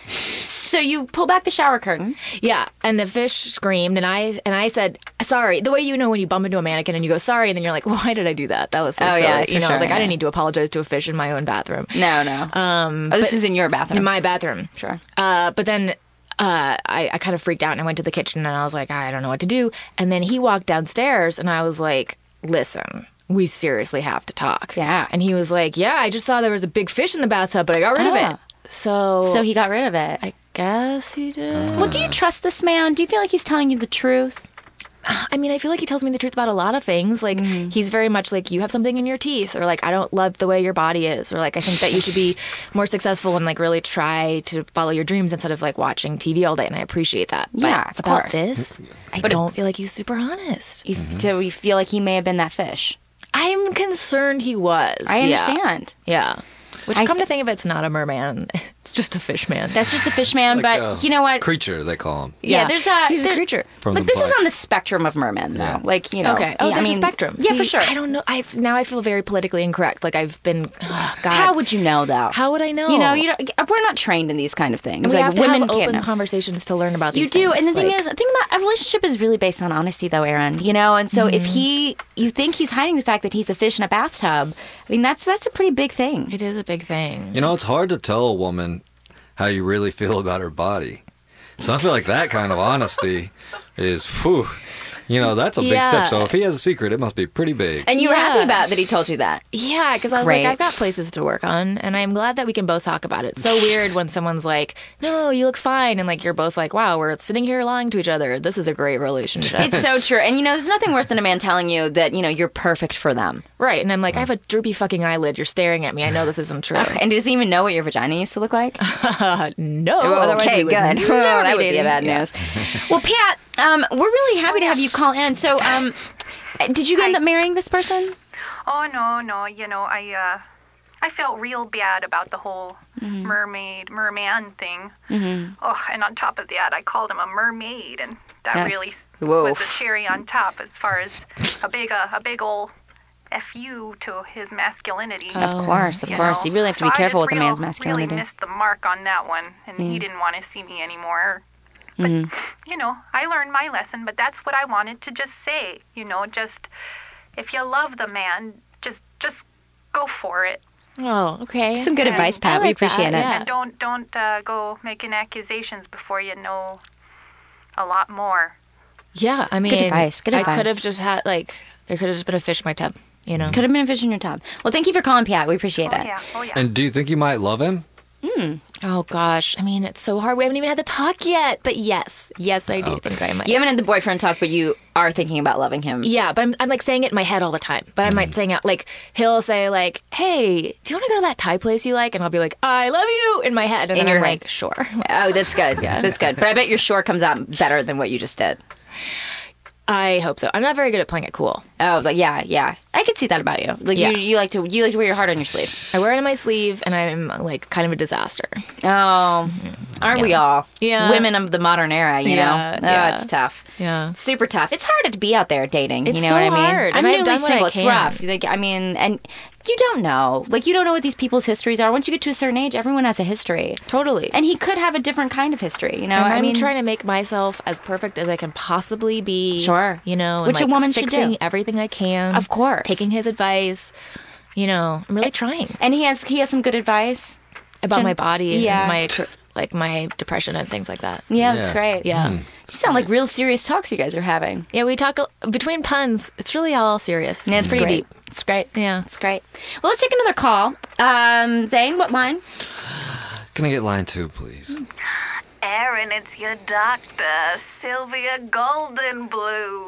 S3: So you pull back the shower curtain.
S5: Yeah, and the fish screamed, and I and I said, "Sorry." The way you know when you bump into a mannequin and you go, "Sorry," and then you're like, "Why did I do that? That was so
S3: Oh,
S5: silly."
S3: yeah, for
S5: you know, I
S3: sure,
S5: was like,
S3: yeah.
S5: "I didn't need to apologize to a fish in my own bathroom,
S3: No, no. Um, oh, this is in your bathroom.
S5: in my bathroom."
S3: Sure.
S5: Uh, but then uh, I, I kind of freaked out and I went to the kitchen and I was like, "I don't know what to do." And then he walked downstairs and I was like, "Listen." We seriously have to talk.
S3: Yeah.
S5: And he was like, Yeah, I just saw there was a big fish in the bathtub, but I got rid
S3: Ah.
S5: of it. So,
S3: so he got rid of it.
S5: I Uh. guess he did.
S3: well, do you trust this man? Do you feel like he's telling you the truth?
S5: I mean, I feel like he tells me the truth about a lot of things. Like
S3: Mm.
S5: he's very much like you have something in your teeth, or like I don't love the way your body is, or like I think that you should be more successful and like really try to follow your dreams instead of like watching TV all day. And I appreciate that. But
S3: Yeah, of
S5: about
S3: course.
S5: this, I don't feel like he's super honest.
S3: You, So you feel like he may have been that fish.
S5: I'm concerned he was.
S3: I
S5: Yeah.
S3: understand.
S5: Yeah. Which,
S3: I-
S5: come to think of it, it's not a merman. It's just a fish man.
S3: That's just a fish man, but
S4: Like, uh,
S3: you know what?
S4: Creature they call him.
S3: yeah,
S5: Yeah.
S3: there's a,
S5: He's a
S3: there-
S5: creature.
S4: From
S3: like
S4: the
S3: this is
S4: butt.
S3: on the spectrum of mermen, though. Like you know,
S5: Okay. Oh,
S3: yeah, I
S5: there's
S3: mean-
S5: a spectrum.
S3: Yeah, for
S5: See,
S3: sure.
S5: I don't know. I've now I feel very politically incorrect. Like I've been. ugh, God.
S3: How would you know, though?
S5: How would I know?
S3: You know, you don't, we're not trained in these kind of things.
S5: we
S3: like
S5: have to
S3: women
S5: have
S3: can't
S5: open
S3: know.
S5: conversations to learn about
S3: You
S5: these
S3: do, and the
S5: things,
S3: thing
S5: like-
S3: is, the thing about a relationship is really based on honesty, though, Aaron. You know, and so
S5: Mm-hmm.
S3: if he, you think he's hiding the fact that he's a fish in a bathtub. I mean, that's that's a pretty big thing.
S5: it is a big thing.
S4: You know, it's hard to tell a woman how you really feel about her body. So I feel like that kind of honesty is, whew, you know, that's a big
S5: Yeah.
S4: step. So if he has a secret, it must be pretty big.
S3: And you were
S5: Yeah.
S3: happy about that he told you that.
S5: Yeah, because I was
S3: Great.
S5: like, I've got places to work on, and I'm glad that we can both talk about it. It's So weird when someone's like, "No, you look fine," and like you're both like, "Wow, we're sitting here lying to each other. This is a great relationship."
S3: It's so true. And you know, there's nothing worse than a man telling you that you know you're perfect for them,
S5: right? And I'm like, I have a droopy fucking eyelid. You're staring at me. I know this isn't true.
S3: and he doesn't even know what your vagina used to look like.
S5: No,
S3: Oh,
S5: otherwise
S3: okay,
S5: we would
S3: good.
S5: never
S3: Well, that would be
S5: dating.
S3: a bad
S5: Yeah.
S3: news. well, Pat, um, we're really happy to have you call in. So, um, did you end up marrying this person?
S7: Oh no, no, you know, I uh I felt real bad about the whole
S3: Mm-hmm.
S7: mermaid merman thing. Mm-hmm. Oh, and on top of that, I called him a mermaid, and that
S3: That's-
S7: really s-
S3: Whoa.
S7: was the cherry on top as far as a big uh, a big old fu to his masculinity.
S3: Of course, of
S7: you
S3: course.
S7: know?
S3: You really have to
S7: So
S3: be
S7: Oh, I
S3: careful
S7: just
S3: with a man's
S7: real-
S3: masculinity.
S7: Really missed the mark on that one, and he didn't want to see me anymore. But
S3: Mm.
S7: you know, I learned my lesson. But that's what I wanted to just say. You know, just if you love the man, just just go for it,
S5: Oh, okay.
S3: Some good
S7: Yeah.
S3: advice,
S5: I
S3: Pat. we
S5: like that,
S3: appreciate it.
S5: yeah.
S7: and don't don't uh, go making accusations before you know a lot more.
S5: yeah, I mean,
S3: advice, good
S5: I
S3: advice.
S5: could have just had like there could have just been a fish in my tub, you know.
S3: Could have been a fish in your tub. Well, thank you for calling, Pat. We appreciate
S7: Oh
S3: it.
S7: yeah, oh yeah.
S4: And do you think you might love him?
S5: Oh gosh, I mean, it's so hard. We haven't even had the talk yet, but yes, yes, I do think I might.
S3: You haven't had the boyfriend talk, but you are thinking about loving him.
S5: Yeah, but I'm, I'm like saying it in my head all the time. But I might saying it like he'll say like, "Hey, do you want to go to that Thai place you like?" And I'll be like, "I love you" in my head, and
S3: In
S5: then
S3: your
S5: I'm
S3: head.
S5: like, "Sure."
S3: Oh, that's good. That's good. But I bet your shore comes out better than what you just did.
S5: I hope so. I'm not very good at playing it cool.
S3: Oh, like, yeah, yeah. I could see that about you. Like
S5: Yeah.
S3: you, you like to you like to wear your heart on your sleeve.
S5: I wear it on my sleeve, and I'm like kind of a disaster.
S3: Oh, aren't we all?
S5: Yeah.
S3: Women of the modern era, you
S5: Yeah,
S3: know? Oh,
S5: yeah.
S3: it's tough.
S5: Yeah.
S3: Super tough. It's hard to be out there dating.
S5: It's
S3: you know
S5: so
S3: what I mean?
S5: hard,
S3: I'm
S5: and I've
S3: newly
S5: done what I
S3: single. It's
S5: can.
S3: rough. Like, I mean, and you don't know. Like, you don't know what these people's histories are. Once you get to a certain age, everyone has a history.
S5: Totally.
S3: And he could have a different kind of history, you know?
S5: And I'm
S3: Oh, I mean,
S5: trying to make myself as perfect as I can possibly be.
S3: Sure.
S5: You know, and,
S3: Which a
S5: like,
S3: woman should do.
S5: fixing everything I can.
S3: Of course.
S5: Taking his advice. You know, I'm really trying
S3: and he has he has some good advice.
S5: about
S3: Jen-
S5: my body and
S3: Yeah.
S5: my like my depression and things like that.
S3: Yeah, that's
S4: Yeah.
S3: great.
S5: Yeah.
S3: You sound like real serious talks you guys are having.
S5: Yeah, we talk between puns. It's really all serious.
S3: Yeah,
S5: it's pretty
S3: great.
S5: deep.
S3: It's great.
S5: Yeah.
S3: It's great. Well, let's take another call. Um, Zane, what line?
S4: Can I get line two, please?
S7: Aaron, it's your doctor, Sylvia Goldenblum.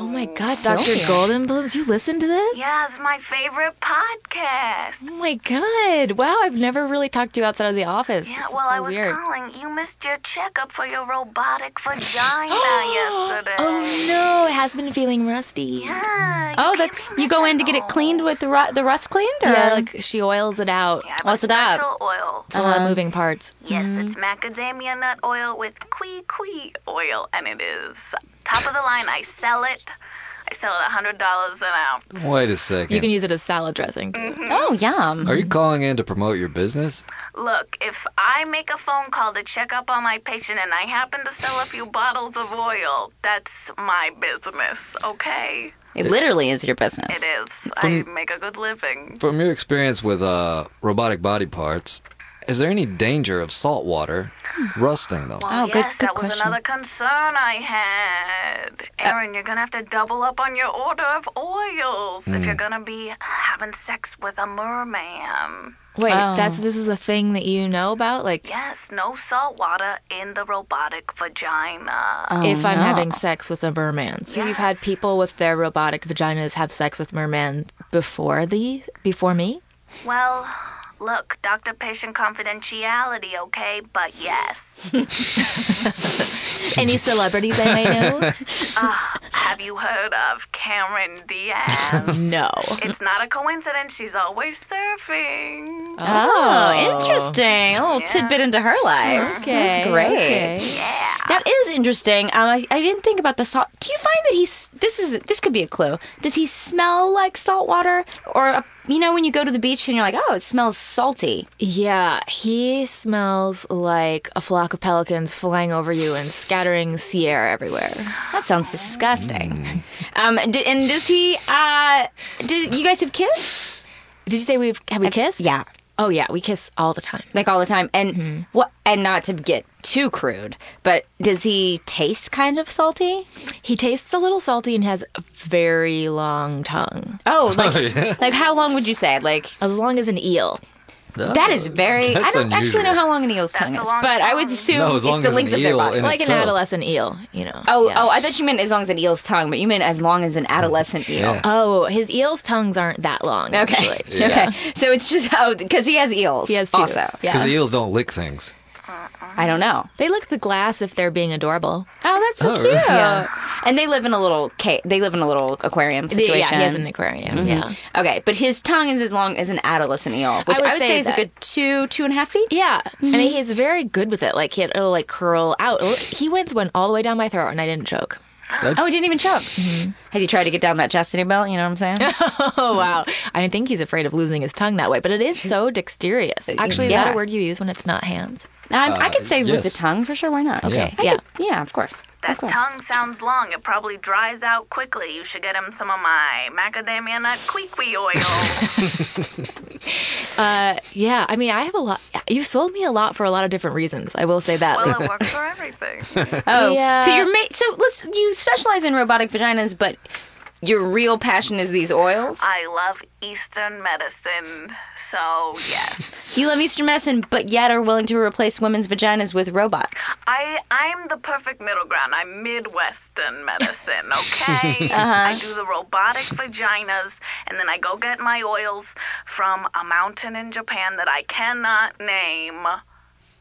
S5: Oh my God, Dr. Goldenblums, you listen to this?
S7: Yeah, it's my favorite podcast.
S5: Oh my God. Wow, I've never really talked to you outside of the office.
S7: Yeah,
S5: This is
S7: well,
S5: so
S7: I was
S5: weird.
S7: calling. You missed your checkup for your robotic vagina yesterday.
S5: Oh no, it has been feeling rusty. Yeah,
S7: Yeah,
S3: Oh, that's you go in to get it cleaned with the ru- the rust cleaned, or
S5: like she oils it out.
S7: I have a
S3: what's it up?
S7: special oil.
S5: It's a
S3: Um,
S5: lot of moving parts.
S7: Yes, it's macadamia nut oil with kui kui oil, and it is top of the line. I sell it. I sell it a hundred dollars an ounce.
S4: Wait a second.
S5: You can use it as salad dressing. too.
S3: oh
S7: mm-hmm.
S3: yum.
S4: Are you calling in to promote your business?
S7: Look, if I make a phone call to check up on my patient and I happen to sell a few bottles of oil, that's my business. Okay,
S3: It literally is your business.
S7: it is. I make a good living.
S4: From your experience with uh, robotic body parts, is there any danger of salt water rusting them?
S7: Well,
S3: Oh, good-
S7: yes,
S3: good
S7: that was
S3: question.
S7: another concern I had. Aaron, you're gonna have to double up on your order of oils if you're gonna be having sex with a merman.
S5: Wait,
S3: Oh.
S5: that's this is a thing that you know about? Like
S7: Yes, no salt water in the robotic vagina.
S5: if I'm
S3: Oh, no.
S5: having sex with a merman. So you've had people with their robotic vaginas have sex with merman before the before me?
S7: Well, look, doctor patient confidentiality, okay? But yes.
S5: Any celebrities I may know?
S7: Have you heard of Cameron Diaz?
S5: No.
S7: it's not a coincidence, she's always surfing.
S3: Oh, interesting. A little tidbit into her life. That's great. That is interesting. Um, I, I didn't think about the salt. Do you find that he's this is this could be a clue? Does he smell like salt water, or uh, you know when you go to the beach and you're like, oh, it smells salty?
S5: Yeah, he smells like a flock of pelicans flying over you and scattering sea air everywhere.
S3: That sounds disgusting.
S7: Mm.
S3: Um, d- and does he? Uh, do you guys have kids?
S5: Did you say we've have we kissed?
S3: yeah.
S5: Oh yeah, we kiss all the time.
S3: like all the time. And what? And not to get too crude, but does he taste kind of salty?
S5: He tastes a little salty and has a very long tongue,
S3: Oh, like like how long would you say? Like
S5: as long as an eel.
S3: that is very. I
S4: That's
S3: don't actually know
S4: unusual.
S3: how long an eel's tongue
S7: a
S3: is,
S7: long
S3: but I would
S7: tongue.
S3: assume
S4: No, as long
S3: it's the
S4: as
S3: length
S4: an
S3: of their
S4: eel
S3: body.
S4: in
S5: Like
S4: itself.
S5: an adolescent eel, you know.
S3: Oh,
S5: yeah.
S3: oh! I thought you meant as long as an eel's tongue, but you meant as long as an adolescent eel.
S5: Oh, his eel's tongues aren't that long.
S3: Okay,
S5: Actually.
S3: okay. So it's just oh, because he has eels.
S5: He has two.
S3: also.
S5: Yeah.
S4: Because eels don't lick things.
S3: I don't know.
S5: They lick the glass if they're being adorable.
S3: Oh, that's so
S4: Oh,
S3: cute.
S4: really?
S3: And they live in a little ca- they live in a little aquarium situation.
S5: Yeah, he has an aquarium.
S3: Mm-hmm.
S5: Yeah.
S3: Okay, but his tongue is as long as an adolescent eel, which I would, say, is a
S5: that-
S3: good two, two and a half feet.
S5: Yeah, and he's very good with it. Like he had, it'll like curl out. It'll- He went went all the way down my throat, and I didn't choke.
S4: That's,
S3: Oh, he didn't even choke. Has he tried to get down that chastity belt? You know what I'm saying?
S5: Oh wow! I think he's afraid of losing his tongue that way, but it is so dexterous. Actually, is
S3: Yeah.
S5: that a word you use when it's not hands?
S3: um, I could say with the
S4: yes.
S3: tongue for sure. Why not? Okay.
S5: Yeah.
S3: yeah, of course.
S7: That
S3: of course.
S7: tongue sounds long. It probably dries out quickly. You should get him some of my macadamia nut quiqui oil.
S5: Yeah. I mean, I have a lot. You've sold me a lot for a lot of different reasons. I will say that.
S7: well, it works for everything.
S3: Oh,
S5: Yeah.
S3: so you're ma- so let's you specialize in robotic vaginas, but your real passion is these oils.
S7: I love Eastern medicine. So, yes.
S3: you love Eastern medicine, but yet are willing to replace women's vaginas with robots.
S7: I, I'm the perfect middle ground. I'm Midwestern medicine, okay? I do the robotic vaginas, and then I go get my oils from a mountain in Japan that I cannot name.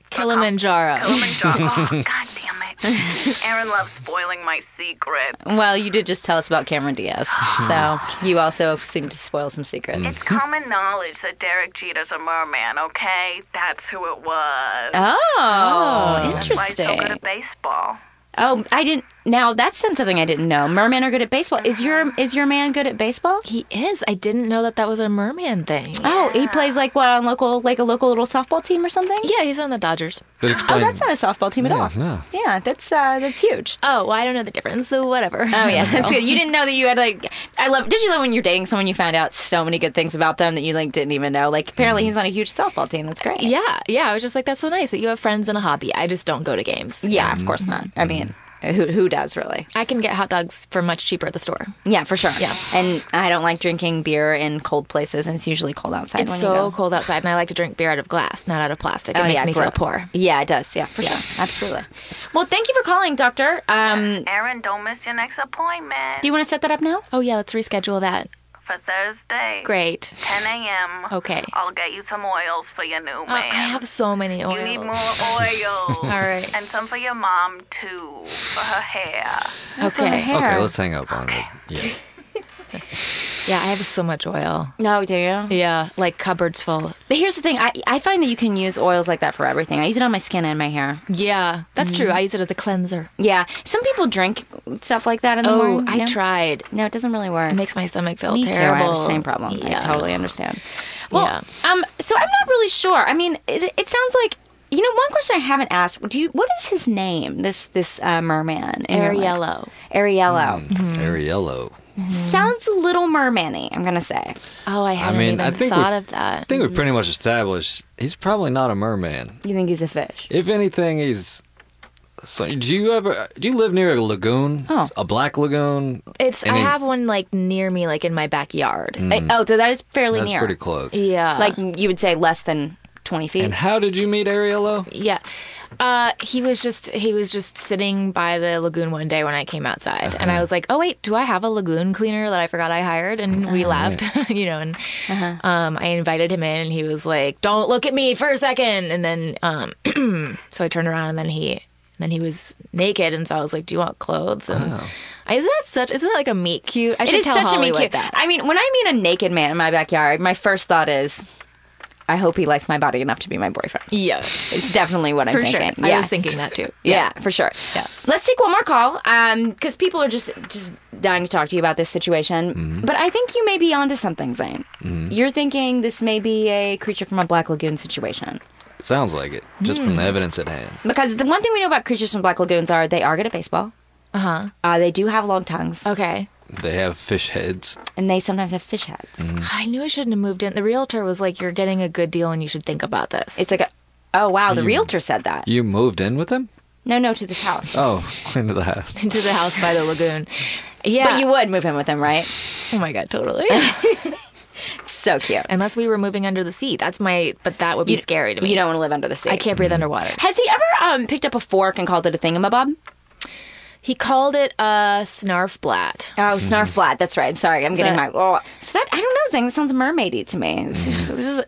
S5: Kilimanjaro.
S7: Kilimanjaro. oh, God damn it. Aaron loves spoiling my secret.
S3: Well, you did just tell us about Cameron Diaz, so you also seem to spoil some secrets.
S7: It's common knowledge that Derek Jeter's a merman, okay? That's who it was.
S3: Oh,
S7: Why he's so good
S3: interesting.
S7: at baseball.
S3: Oh, I didn't. Now that's some- something I didn't know. Mermen are good at baseball. Is your is your man good at baseball?
S5: He is. I didn't know that that was a merman thing.
S3: Oh, he plays like what on local like a local little softball team or something.
S5: Yeah, he's on the Dodgers.
S4: that
S3: Oh,
S4: explains.
S3: that's not a softball team at all.
S4: yeah.
S3: Yeah, that's uh, that's huge.
S5: Oh, well, I don't know the difference. So whatever.
S3: Oh yeah, that's good. You didn't know that you had like I love. Did you love when you're dating someone you found out so many good things about them that you like didn't even know? Like apparently he's on a huge softball team. That's great.
S5: Yeah, yeah. I was just like, that's so nice that you have friends and a hobby. I just don't go to games.
S3: yeah. Of course not. I mean, who who does really?
S5: I can get hot dogs for much cheaper at the store.
S3: Yeah, for sure. Yeah, and I don't like drinking beer in cold places, and it's usually cold outside.
S5: It's
S3: when
S5: so
S3: you go.
S5: cold outside, and I like to drink beer out of glass, not out of plastic. It
S3: Oh,
S5: makes
S3: yeah,
S5: me
S3: gro-
S5: feel poor.
S3: Yeah, it does. Yeah, for sure. Absolutely. Well, thank you for calling, Doctor. Um,
S7: Aaron, don't miss your next appointment
S3: do you want to set that up now?
S5: Oh yeah, let's reschedule that.
S7: for Thursday,
S5: Great.
S7: 10 a.m.
S5: Okay.
S7: I'll get you some oils for your new
S5: Oh, I
S7: man.
S5: have so many oils.
S7: you need more oils. All
S5: right.
S7: And some for your mom, too, for her hair.
S5: okay.
S4: Okay, let's hang up on it. Yeah.
S5: Yeah, I have so much oil.
S3: No, do you?
S5: Yeah, like cupboards full.
S3: But here's the thing. I I find that you can use oils like that for everything. I use it on my skin and my hair.
S5: Yeah, that's
S3: Mm-hmm.
S5: true. I use it as a cleanser.
S3: Yeah, some people drink stuff like that in the
S5: Oh,
S3: morning.
S5: I
S3: no?
S5: tried.
S3: No, it doesn't really work.
S5: It makes my stomach feel
S3: Me
S5: terrible.
S3: too. I have the same problem. I totally understand. Well,
S5: Yeah.
S3: um, so I'm not really sure. I mean, it, it sounds like you know one question I haven't asked. Do you? What is his name? This this uh, merman. in your life?
S5: Ariello.
S3: Ariello.
S4: Mm-hmm. Ariello.
S3: Sounds a little merman-y, I'm gonna say.
S5: Oh, I haven't
S4: mean,
S5: even
S4: I think
S5: thought
S4: we-
S5: of that.
S4: I think
S3: Mm-hmm.
S4: we pretty much established he's probably not a merman.
S3: You think he's a fish?
S4: If anything, he's. So, do you ever do you live near a lagoon?
S3: Oh.
S4: A black lagoon.
S5: It's. I
S4: Any-
S5: have one like near me, like in my backyard.
S4: Mm.
S3: Uh, Oh, so that is fairly
S4: That's
S3: near.
S4: pretty close.
S5: Yeah.
S3: Like you would say less than 20 feet.
S4: And how did you meet Ariello?
S5: Yeah. Uh, he was just he was just sitting by the lagoon one day when I came outside, and
S3: Uh-huh.
S5: I was like, "Oh wait, do I have a lagoon cleaner that I forgot I hired?" And
S3: Oh,
S5: we laughed, you know. And
S3: Uh-huh.
S5: um, I invited him in, and he was like, "Don't look at me for a second. And then um, so I turned around, and then he and then he was naked, and so I was like, "Do you want clothes?" And I isn't that such? Isn't that like a meet cute?
S3: Oh.
S5: I
S3: It
S5: should
S3: is
S5: tell
S3: such
S5: Hollywood
S3: a meet cute.
S5: that.
S3: I mean, when I meet a naked man in my backyard, my first thought is, I hope he likes my body enough to be my boyfriend.
S5: yeah,
S3: It's definitely what I'm
S5: for sure.
S3: thinking.
S5: I was thinking that too.
S3: Yeah, for sure.
S5: Yeah.
S3: Let's take one more call because people are just just dying to talk to you about this situation.
S5: Mm-hmm.
S3: But I think you may be onto something, Zane. You're thinking this may be a creature from a black lagoon situation.
S4: It sounds like it, just from
S3: Hmm.
S4: the evidence at hand.
S3: Because the one thing we know about creatures from black lagoons are they are good at baseball.
S5: Uh huh.
S3: Uh, they do have long tongues,
S5: Okay.
S4: They have fish heads.
S5: Uh-huh.
S3: and they sometimes have fish heads.
S5: I knew I shouldn't have moved in. The realtor was like, "You're getting a good deal, and you should think about this."
S3: It's like a, oh wow,
S5: Mm.
S3: the realtor said that.
S4: You moved in with them?
S3: No, no, to this house.
S4: Oh, into the house.
S5: into the house by the lagoon. Yeah.
S3: But you would move in with him, right?
S5: oh my god, totally.
S3: So cute.
S5: Unless we were moving under the sea, that's my. But that would be scary to me.
S3: You don't want to live under the sea.
S5: I can't breathe underwater.
S3: Has he ever um, picked up a fork and called it a thingamabob?
S5: He called it a snarf blat.
S3: Oh, snarf flat. That's right. I'm sorry. I'm getting
S5: that-
S3: my. Oh, so that I don't know. Zing. That sounds mermaidy to me. It's- this is-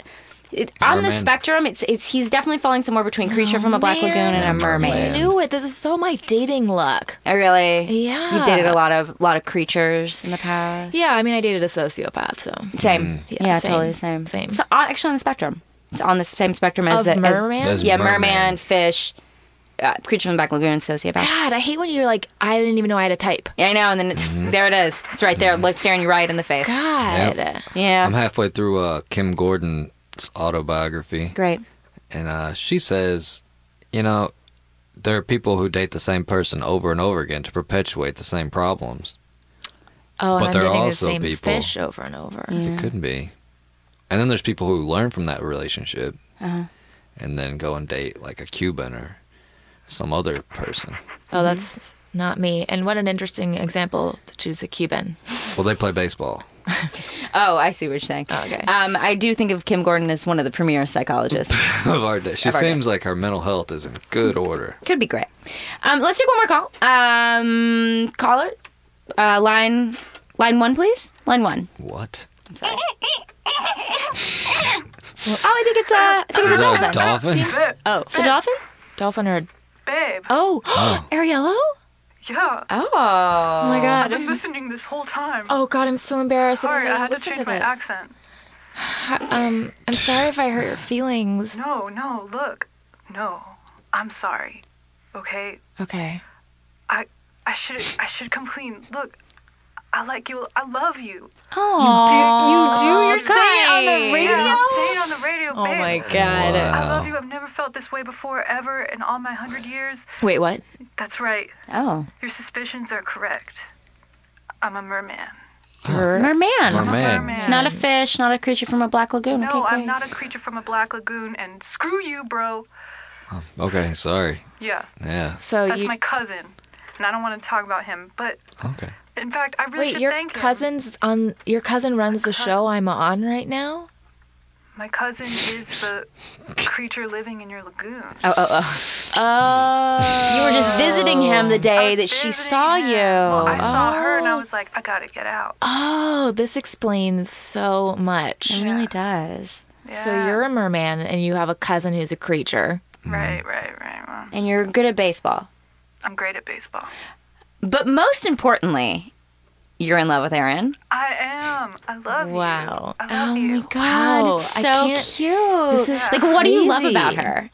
S3: it, on the
S4: Merman.
S3: spectrum, it's it's he's definitely falling somewhere between creature from a black
S5: man.
S3: lagoon and a mermaid.
S5: I knew it. This is so my dating luck.
S3: I really,
S5: Yeah.
S3: You've dated a lot of lot of creatures in the past.
S5: Yeah, I mean, I dated a sociopath, so
S3: Same, yeah,
S5: Mm-hmm. Yeah, same.
S3: totally the same.
S5: Same.
S3: So on, actually, on the spectrum, it's on the same spectrum as
S5: Of
S3: the as-
S5: merman?
S4: As
S3: yeah, merman,
S4: merman.
S3: fish, uh, creature from the black lagoon, sociopath.
S5: God, I hate when you're like, I didn't even know I had a type.
S3: Yeah, I know. And then it's there it is. It's right there, like staring you right in the face.
S5: God,
S3: Yeah,
S4: I'm halfway through uh, Kim Gordon's autobiography,
S3: great.
S4: and uh, she says, you know, there are people who date the same person over and over again to perpetuate the same problems. But
S5: oh, and I'm
S4: there are
S5: dating
S4: also
S5: the same
S4: people-
S5: fish over and over.
S4: It couldn't be. And then there's people who learn from that relationship and then go and date like a Cuban or some other person.
S5: Oh, that's not me. And what an interesting example to choose a Cuban.
S4: Well, they play baseball.
S3: Oh, I see what you're saying.
S5: Okay.
S3: Um, I do think of Kim Gordon as one of the premier psychologists.
S4: of our day. She
S3: Of our day.
S4: seems like her mental health is in good order.
S3: Could be great. Um, let's take one more call. Um, caller, uh, line line one, please. Line one.
S4: What?
S3: Oh, I think it's a I think it's
S4: Is
S3: a dolphin.
S4: that a dolphin?
S5: Oh,
S3: It's a dolphin.
S5: dolphin or
S7: Babe,
S5: oh, Ariello?
S7: yeah,
S3: Oh.
S5: Oh my
S7: I've
S5: God.
S7: been listening this whole time.
S5: Oh God, I'm so embarrassed. that
S7: Sorry,
S5: made
S7: I
S5: you
S7: had to
S5: listen
S7: change
S5: to
S7: my
S5: this.
S7: accent.
S5: Um, I'm sorry if I hurt your feelings.
S7: No, Oh, no, look. No, I'm sorry. Okay,
S5: Okay.
S7: I I should I should come clean. Look, I like you. I love you.
S1: you do your
S3: saying it on the
S7: Yeah, say it on the radio,
S5: Oh
S7: babe.
S5: my God.
S7: I love
S4: Wow.
S7: you. I've never felt this way before, ever, in all my hundred years.
S5: Wait, what?
S7: That's right.
S3: Oh,
S7: Your suspicions are correct. I'm a merman.
S5: Her?
S3: merman.
S4: Merman.
S7: Merman.
S3: Not a fish. Not a creature from a black lagoon. okay,
S7: No,
S3: great.
S7: I'm not a creature from a black lagoon, and screw you, bro.
S4: Okay, sorry.
S7: Yeah,
S4: Yeah.
S5: So
S7: that's
S5: you
S7: my cousin, and I don't want to talk about him. But
S4: Okay.
S7: in fact, I really
S5: wait,
S7: should
S5: your
S7: thank him.
S5: cousin's on. Your cousin runs the show I'm on right now.
S7: My cousin is the creature living in your lagoon.
S3: Oh, oh, oh.
S5: Oh.
S3: You were just visiting him the
S7: I
S3: day
S7: was
S3: that she
S7: visiting
S3: saw
S7: him.
S3: you. Oh,
S7: Well, I saw her, and I was like, I gotta get out.
S5: Oh, this explains so much.
S3: It really does.
S5: So
S7: Yeah.
S5: you're a merman and you have a cousin who's a creature.
S7: Right, right, right. Well,
S3: And you're good at baseball.
S7: I'm great at baseball.
S3: But most importantly, you're in love with Aaron.
S7: I am. I love you.
S5: Wow.
S7: I love
S3: Um,
S7: you.
S3: Oh God,
S5: Wow,
S3: it's
S5: I
S3: so
S5: can't-
S3: cute.
S5: This is
S3: like, what do you love
S5: crazy.
S3: about her?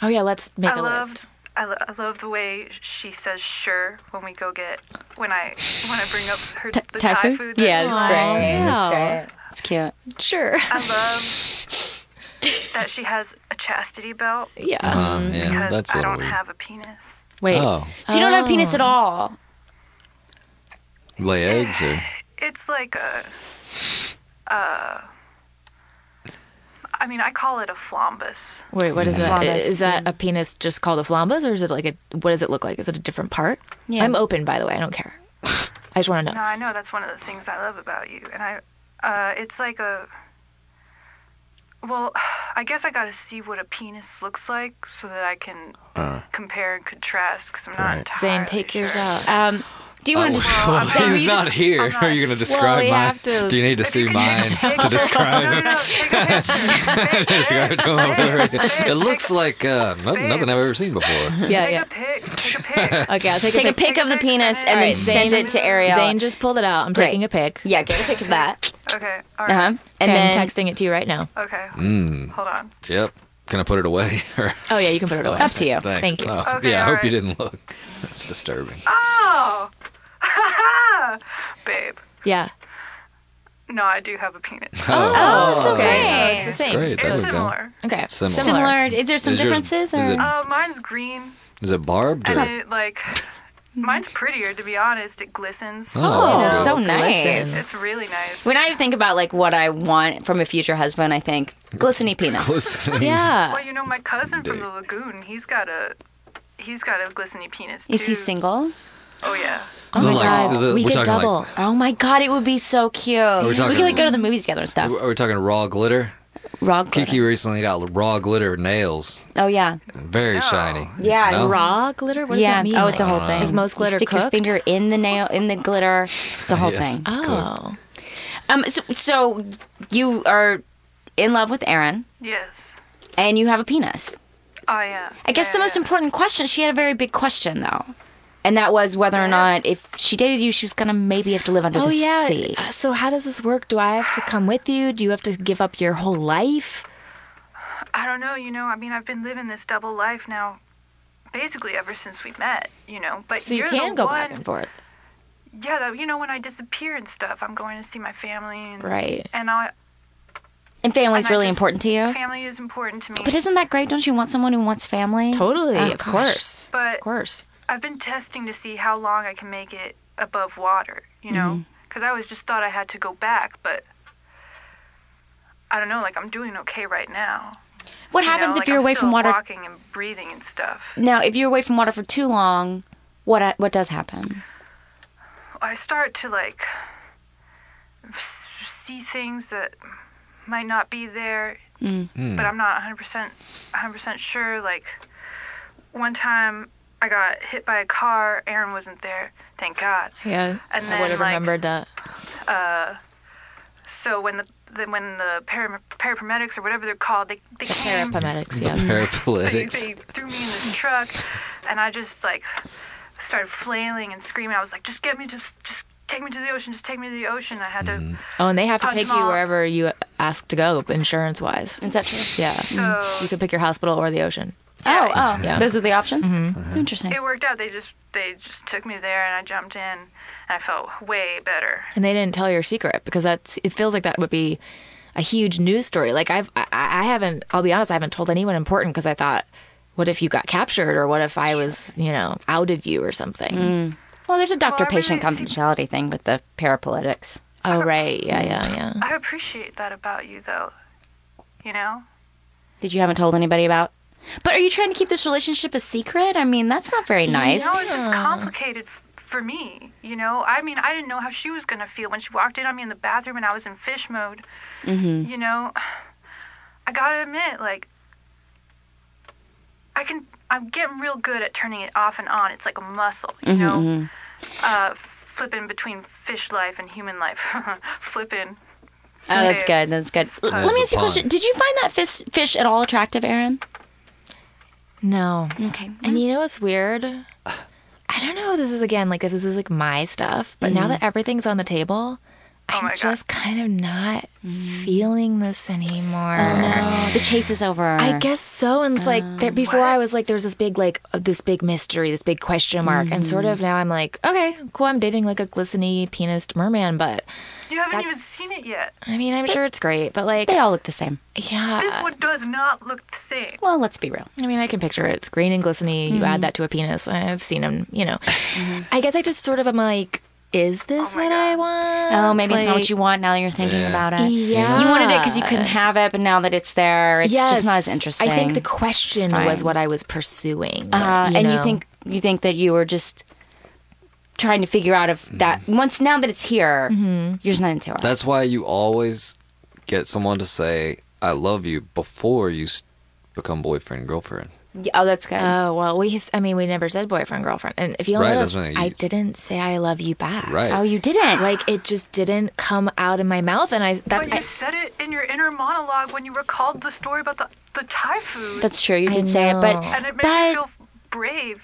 S5: Oh yeah, let's make
S7: I
S5: a
S7: love.
S5: list.
S7: I, lo- I love the way she says "sure" when we go get when I when I bring up her
S3: T-
S7: the
S3: Thai food?
S7: that
S3: Yeah,
S7: she
S3: that's
S7: loves.
S3: great.
S5: Wow.
S3: That's great. It's cute.
S5: Sure.
S7: I love that she has a chastity belt
S5: Yeah.
S4: Uh, yeah,
S7: because
S4: that's a
S7: I
S4: little
S7: don't
S4: weird.
S7: have a penis.
S5: Wait.
S4: Oh,
S3: So you don't have a penis at all.
S4: lay eggs or
S7: It's like a. Uh, I mean, I call it a flambus.
S5: Wait, what is that?
S3: Flambus,
S5: Is that a penis just called a flambas or is it like a what does it look like? Is it a different part?
S3: Yeah.
S5: I'm open by the way, I don't care. I just want to
S7: No,
S5: know.
S7: I know that's one of the things I love about you, and I. Uh, it's like a. Well, I guess I gotta see what a penis looks like so that I can compare and contrast because I'm not
S4: Uh. Right.
S7: entirely
S5: Zane, take yours
S7: sure.
S5: out.
S3: Um, do you want to just
S4: Well, he's
S7: you
S4: not here. Are you going to describe
S5: we
S4: mine?
S5: have to-
S4: Do you need to
S7: You
S4: see
S7: can
S4: mine
S7: take a
S4: to
S7: picture. No,
S4: describe
S7: no, no,
S4: it?
S7: take a picture.
S4: Describe it to him.
S7: Babe,
S4: It looks
S7: take
S4: like uh, no-
S7: Babe.
S4: nothing I've ever seen before.
S5: yeah, yeah.
S7: Take a pic. Take a pic.
S5: Okay, I'll take,
S3: take a
S5: pic.
S3: pic of the penis and then
S5: Alright,
S3: send
S5: Zane-
S3: it to Ariel?
S5: Zane just pulled it out. I'm
S3: Great.
S5: taking a pic.
S3: yeah, get a pic of that.
S7: Okay. All
S3: Uh-huh.
S7: right.
S3: And
S5: And
S3: then
S5: I'm texting it to you right now.
S7: Okay.
S4: Mm.
S7: Hold on.
S4: Yep. Can I put it away? Or-
S5: Oh yeah, you can put it away.
S3: Up to you.
S4: Thanks.
S5: Thank you.
S4: Oh,
S7: Okay,
S4: yeah, I
S7: all
S4: hope you
S7: right.
S4: didn't look. That's disturbing.
S7: Oh, babe.
S5: Yeah.
S7: No, I do have a penis.
S5: Oh, so
S3: great.
S5: So it's the same.
S4: Great. That
S5: So
S4: was
S5: it's-
S7: It's
S4: dumb.
S7: similar.
S5: okay.
S4: Similar.
S3: Similar. Is there some
S4: Is yours-
S3: differences?
S4: is
S3: or?
S4: it-
S7: Uh, mine's green,
S4: Is it barbed?
S7: and
S4: Or-
S7: it like mine's prettier to be honest. It glistens.
S4: Oh,
S3: Oh,
S4: that's
S3: so
S4: dope.
S3: nice.
S5: Glisten.
S7: It's really nice.
S3: When I think about like what I want from a future husband, I think glisteny penis.
S4: Listen.
S5: Yeah.
S7: Well, you know, my cousin from the lagoon, he's got a he's got a glistening penis.
S3: Is he
S7: too.
S3: single?
S7: Oh yeah.
S5: Oh
S4: So,
S5: my
S4: like,
S5: god.
S4: is it-
S5: we
S4: we're
S5: could
S4: talking, like,
S5: double.
S3: Oh my god, it would be so cute. We could
S4: talking-
S3: like go to the movies together and stuff.
S4: Are we talking raw glitter?
S3: Raw glitter.
S4: Kiki recently got raw glitter nails.
S3: Oh yeah,
S4: Very shiny.
S3: yeah,
S4: No?
S5: Raw glitter? What does
S3: yeah.
S5: that mean?
S3: Oh, it's a
S5: Like,
S3: whole thing.
S5: Is most glitter
S3: you stick your
S5: cooked?
S3: finger in the nail in the glitter. It's a whole
S4: Yes.
S3: thing.
S4: It's cooked.
S5: Oh.
S3: Um, so, so you are in love with Aaron
S7: Yes.
S3: and you have a penis.
S7: Oh yeah.
S3: I guess the most important question, she had a very big question though. And that was whether or not if she dated you, she was going to maybe have to live under
S5: Oh
S3: the
S5: yeah.
S3: sea.
S5: Uh, So how does this work? Do I have to come with you? Do you have to give up your whole life?
S7: I don't know. You know, I mean, I've been living this double life now, basically ever since we met. You know, but
S5: So you
S7: you're
S5: can
S7: the
S5: go
S7: one,
S5: back and forth,
S7: Yeah, though, you know, when I disappear and stuff, I'm going to see my family and
S5: right?
S7: and I,
S3: And family's
S7: And I
S3: really
S7: just-
S3: important to you.
S7: family is important to me.
S3: But isn't that great? Don't you want someone who wants family?
S5: Totally,
S3: Oh,
S5: of
S3: gosh.
S5: course,
S7: But-
S5: of course.
S7: I've been testing to see how long I can make it above water, you
S3: Mm-hmm.
S7: know? Because I always just thought I had to go back, but I don't know, like I'm doing okay right now.
S3: What
S7: you know?
S3: happens
S7: Like,
S3: if you're
S7: I'm
S3: away
S7: still
S3: from water?
S7: Walking and breathing and stuff.
S3: Now, if you're away from water for too long, what what does happen?
S7: I start to like s- see things that might not be there,
S3: Mm.
S7: but I'm not 100% 100% sure. Like one time I got hit by a car. Aaron wasn't there, thank God.
S5: Yeah,
S7: And
S5: I
S7: then
S5: would have
S7: like
S5: remembered that.
S7: so when the then when the para, paramedics or whatever they're called, they they came.
S5: Paramedics,
S4: Mm.
S5: yeah.
S7: They,
S4: Parapolitics.
S7: they threw me in this truck, and I just like started flailing and screaming. I was like, "Just get me, just just take me to the ocean, just take me to the ocean." I had to.
S5: Oh, and they have to
S7: Punch
S5: take
S7: them
S5: you
S7: all.
S5: wherever you ask to go, insurance wise.
S3: Is that true?
S5: Yeah,
S7: So
S5: you could pick your hospital or the ocean.
S3: Oh, oh,
S5: Yeah.
S3: those are the options.
S5: Mm-hmm.
S3: Interesting.
S7: it worked out. They just they just took me there, and I jumped in, and I felt way better.
S5: and they didn't tell your secret because that's it feels like that would be a huge news story like i've i, I haven't i'll be honest i haven't told anyone important because i thought what if you got captured or what if i was you know outed you or something
S7: Mm.
S3: Well, there's a
S7: I really
S3: doctor-patient
S7: think-
S3: confidentiality thing with the parapolitics.
S5: oh right yeah yeah yeah
S7: I appreciate that about you, though. You know,
S3: That you haven't told anybody about. But are you trying to keep this relationship a secret? I mean, that's not very nice. Oh,
S7: you know, it's just complicated f- for me. You know, I mean, I didn't know how she was gonna feel when she walked in on me in the bathroom, and I was in fish mode.
S5: Mm-hmm.
S7: You know, I gotta admit, like, I can. I'm getting real good at turning it off and on. It's like a muscle,
S5: Mm-hmm,
S7: you know. Uh, flipping between fish life and human life. flipping.
S3: Oh, that's good. That's good. L-
S4: That's
S3: Let me
S4: a
S3: ask you a
S4: pun.
S3: question. Did you find that fish, fish at all attractive, Aaron?
S5: no
S7: Mm-hmm.
S3: Okay.
S5: and you know what's weird i don't know if this is again like if this is like my stuff but now that everything's on the table i'm
S7: Mm-hmm. Oh my God. Mm-hmm.
S5: just kind of not feeling this anymore
S3: No, Oh, the chase is over.
S5: I guess so. And it's like
S3: Um,
S5: there, before I was like, there's this big like uh, this big mystery, this big question mark, and sort
S3: Mm-hmm.
S5: of now I'm like, okay, cool. I'm dating like a glisteny penised merman, but
S7: You haven't even
S5: That's-
S7: seen it yet.
S5: I mean, I'm sure it's great, but like,
S3: They all look the same.
S7: This
S5: yeah.
S7: one does not look the same.
S3: Well, let's be real. Oh,
S5: I mean, I can picture it. It's green and glisteny. You
S3: Mm-hmm.
S5: add that to a penis. I've seen them. You know, I guess I just sort of am like, is this what I want?
S3: Oh, maybe it's not
S5: Like,
S3: what you want now that you're thinking
S4: Yeah.
S3: about it.
S5: Yeah.
S3: You wanted it because you couldn't have it, but now that it's there, it's
S5: yes,
S3: just not as interesting.
S5: I think the
S3: It's
S5: question
S3: fine.
S5: was what I was pursuing.
S3: Uh,
S5: you
S3: and you
S5: know?
S3: think you think that you were just trying to figure out if that once now that it's here,
S5: Mm-hmm.
S3: you're just not into it.
S4: That's why you always get someone to say "I love you" before you s- become boyfriend and girlfriend.
S3: Yeah, oh, that's good.
S5: Oh well, we. I mean, we never said boyfriend girlfriend, and if you
S4: Right,
S5: notice,
S4: that's what I
S5: I
S4: used.
S5: didn't say I love you back.
S4: Right.
S3: oh, you didn't
S5: Like it just didn't come out of my mouth, and I
S3: Oh,
S5: that
S7: But
S5: I,
S7: you said it in your inner monologue when you recalled the story about the, the Thai food.
S3: That's true. You
S5: I
S3: did say it, but
S5: know.
S7: and it made me
S3: but
S7: feel brave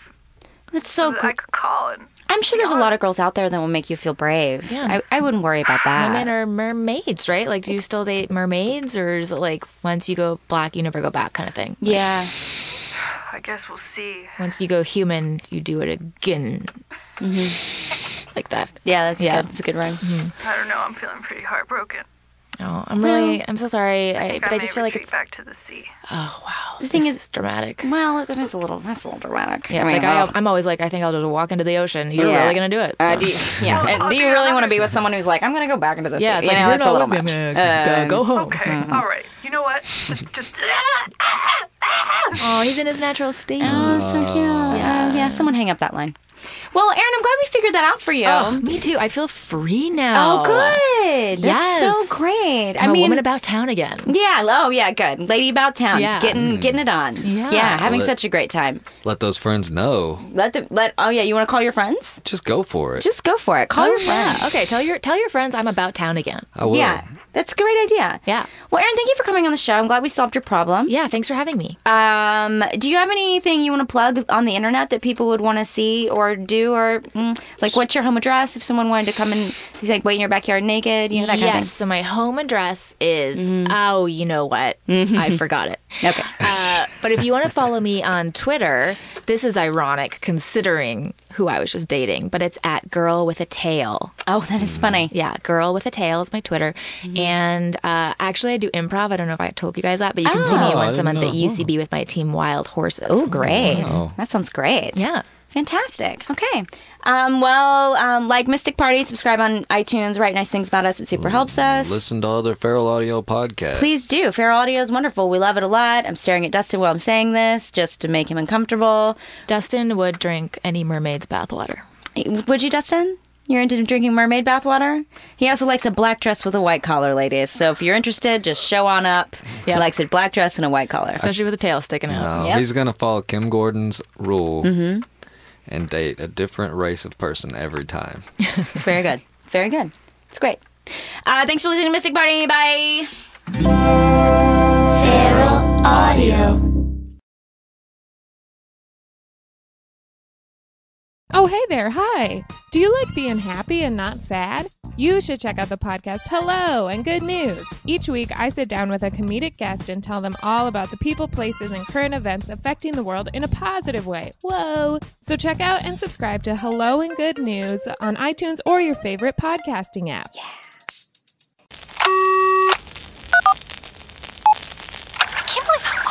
S3: that's so.
S5: Oh,
S7: that
S3: gr-
S7: I could call and
S3: I'm sure there's a lot of girls out there that will make you feel brave.
S5: Yeah.
S3: I, I wouldn't worry about that.
S5: women are mermaids, right? Like, do you still date mermaids, or is it like once you go black, you never go back, kind of thing?
S3: yeah.
S7: I guess we'll see.
S5: Once you go human, you do it again,
S3: Mm-hmm.
S5: like that.
S3: Yeah, Mm-hmm. that's
S5: Yeah.
S3: good. That's a good rhyme.
S7: I don't know. I'm feeling pretty heartbroken.
S5: Oh, I'm really, I'm so sorry, I, but I
S7: may
S5: just feel like
S7: retreat
S5: it's.
S7: back to the sea.
S5: Oh wow, the
S3: thing is- Mm-hmm.
S5: this is dramatic.
S3: Well, that is a little. That's a little dramatic.
S5: Yeah, it's like I, I'm always like, I think I'll just walk into the ocean. You're
S3: Yeah.
S5: really gonna do it?
S3: Uh,
S5: So.
S3: do you, yeah. and do you really want to be with someone who's like, I'm going to go back into this?
S5: yeah,
S3: you
S5: it's like
S3: know,
S5: you're
S3: it's
S5: not Uh,
S3: a little
S5: with
S3: much.
S5: me, man. Go- go home.
S7: Okay. All right. You know what? Just, just
S5: Oh, he's in his natural state.
S3: Oh, so cute. Yeah. yeah, someone hang up that line. Well, Erin, I'm glad we figured that out for you.
S5: Oh, me too. I feel free now.
S3: good. did. That's so great. I
S5: I'm a
S3: mean,
S5: woman about town again.
S3: yeah. Oh, yeah. Good. Lady about town.
S5: Yeah.
S3: Just getting getting it on.
S5: Yeah.
S3: having
S4: Let-
S3: such a great time.
S4: Let those friends know.
S3: Let them. Let. Oh yeah. You want to call your friends?
S4: Just go for it.
S3: Just go for it.
S5: Oh,
S3: Call your friends.
S5: Yeah. Okay. Tell your tell your friends I'm about town again.
S4: I will.
S3: Yeah. That's a great idea.
S5: Yeah.
S3: Well, Erin, thank you for coming on the show. I'm glad we solved your problem.
S5: Yeah. Thanks for having me.
S3: Um, do you have anything you want to plug on the internet that people would want to see or do or mm, like what's your home address if someone wanted to come and like wait in your backyard naked, you know that kind
S5: yes.
S3: of
S5: So my home address is oh, you know what? I forgot it.
S3: thing. Okay.
S5: Uh, but if you want to follow me on Twitter, this is ironic considering who I was just dating. But it's at girl with a tail.
S3: Oh, that is funny.
S5: Yeah, girl with a tail is my Twitter.
S4: Mm-hmm.
S5: And uh, actually, I do improv. I don't know if I told you guys that, but you can see
S4: Oh, I
S5: me once a
S4: didn't
S5: month
S4: know.
S5: at UCB with my team Wild Horses.
S3: Oh, great. That sounds great.
S5: Yeah.
S3: Fantastic. Okay. Um, well, um, like Mystic Party, subscribe on iTunes, write nice things about us. It super helps us.
S4: Listen to other Feral Audio podcasts.
S3: Please do. Fair audio is wonderful. We love it a lot. I'm staring at Dustin while I'm saying this just to make him uncomfortable.
S5: Dustin would drink any mermaid's bathwater.
S3: Would you, Dustin? You're into drinking mermaid bathwater? He also likes a black dress with a white collar, ladies. So if you're interested, just show on up.
S5: Yeah.
S3: He likes a black dress and a white collar.
S5: Especially with a tail sticking
S4: No,
S5: out.
S3: Yep.
S4: Uh,
S3: Mm-hmm.
S4: he's gonna follow Kim Gordon's rule and date a different race of person every time.
S3: It's very good. Very good. It's great. Uh, thanks for listening to Mystic Party. Bye.
S2: Feral Audio.
S8: Oh, hey there. Hi. Do you like being happy and not sad? You should check out the podcast Hello and Good News. Each week, I sit down with a comedic guest and tell them all about the people, places, and current events affecting the world in a positive way. Whoa. So check out and subscribe to Hello and Good News on iTunes or your favorite podcasting app.
S9: I can't believe how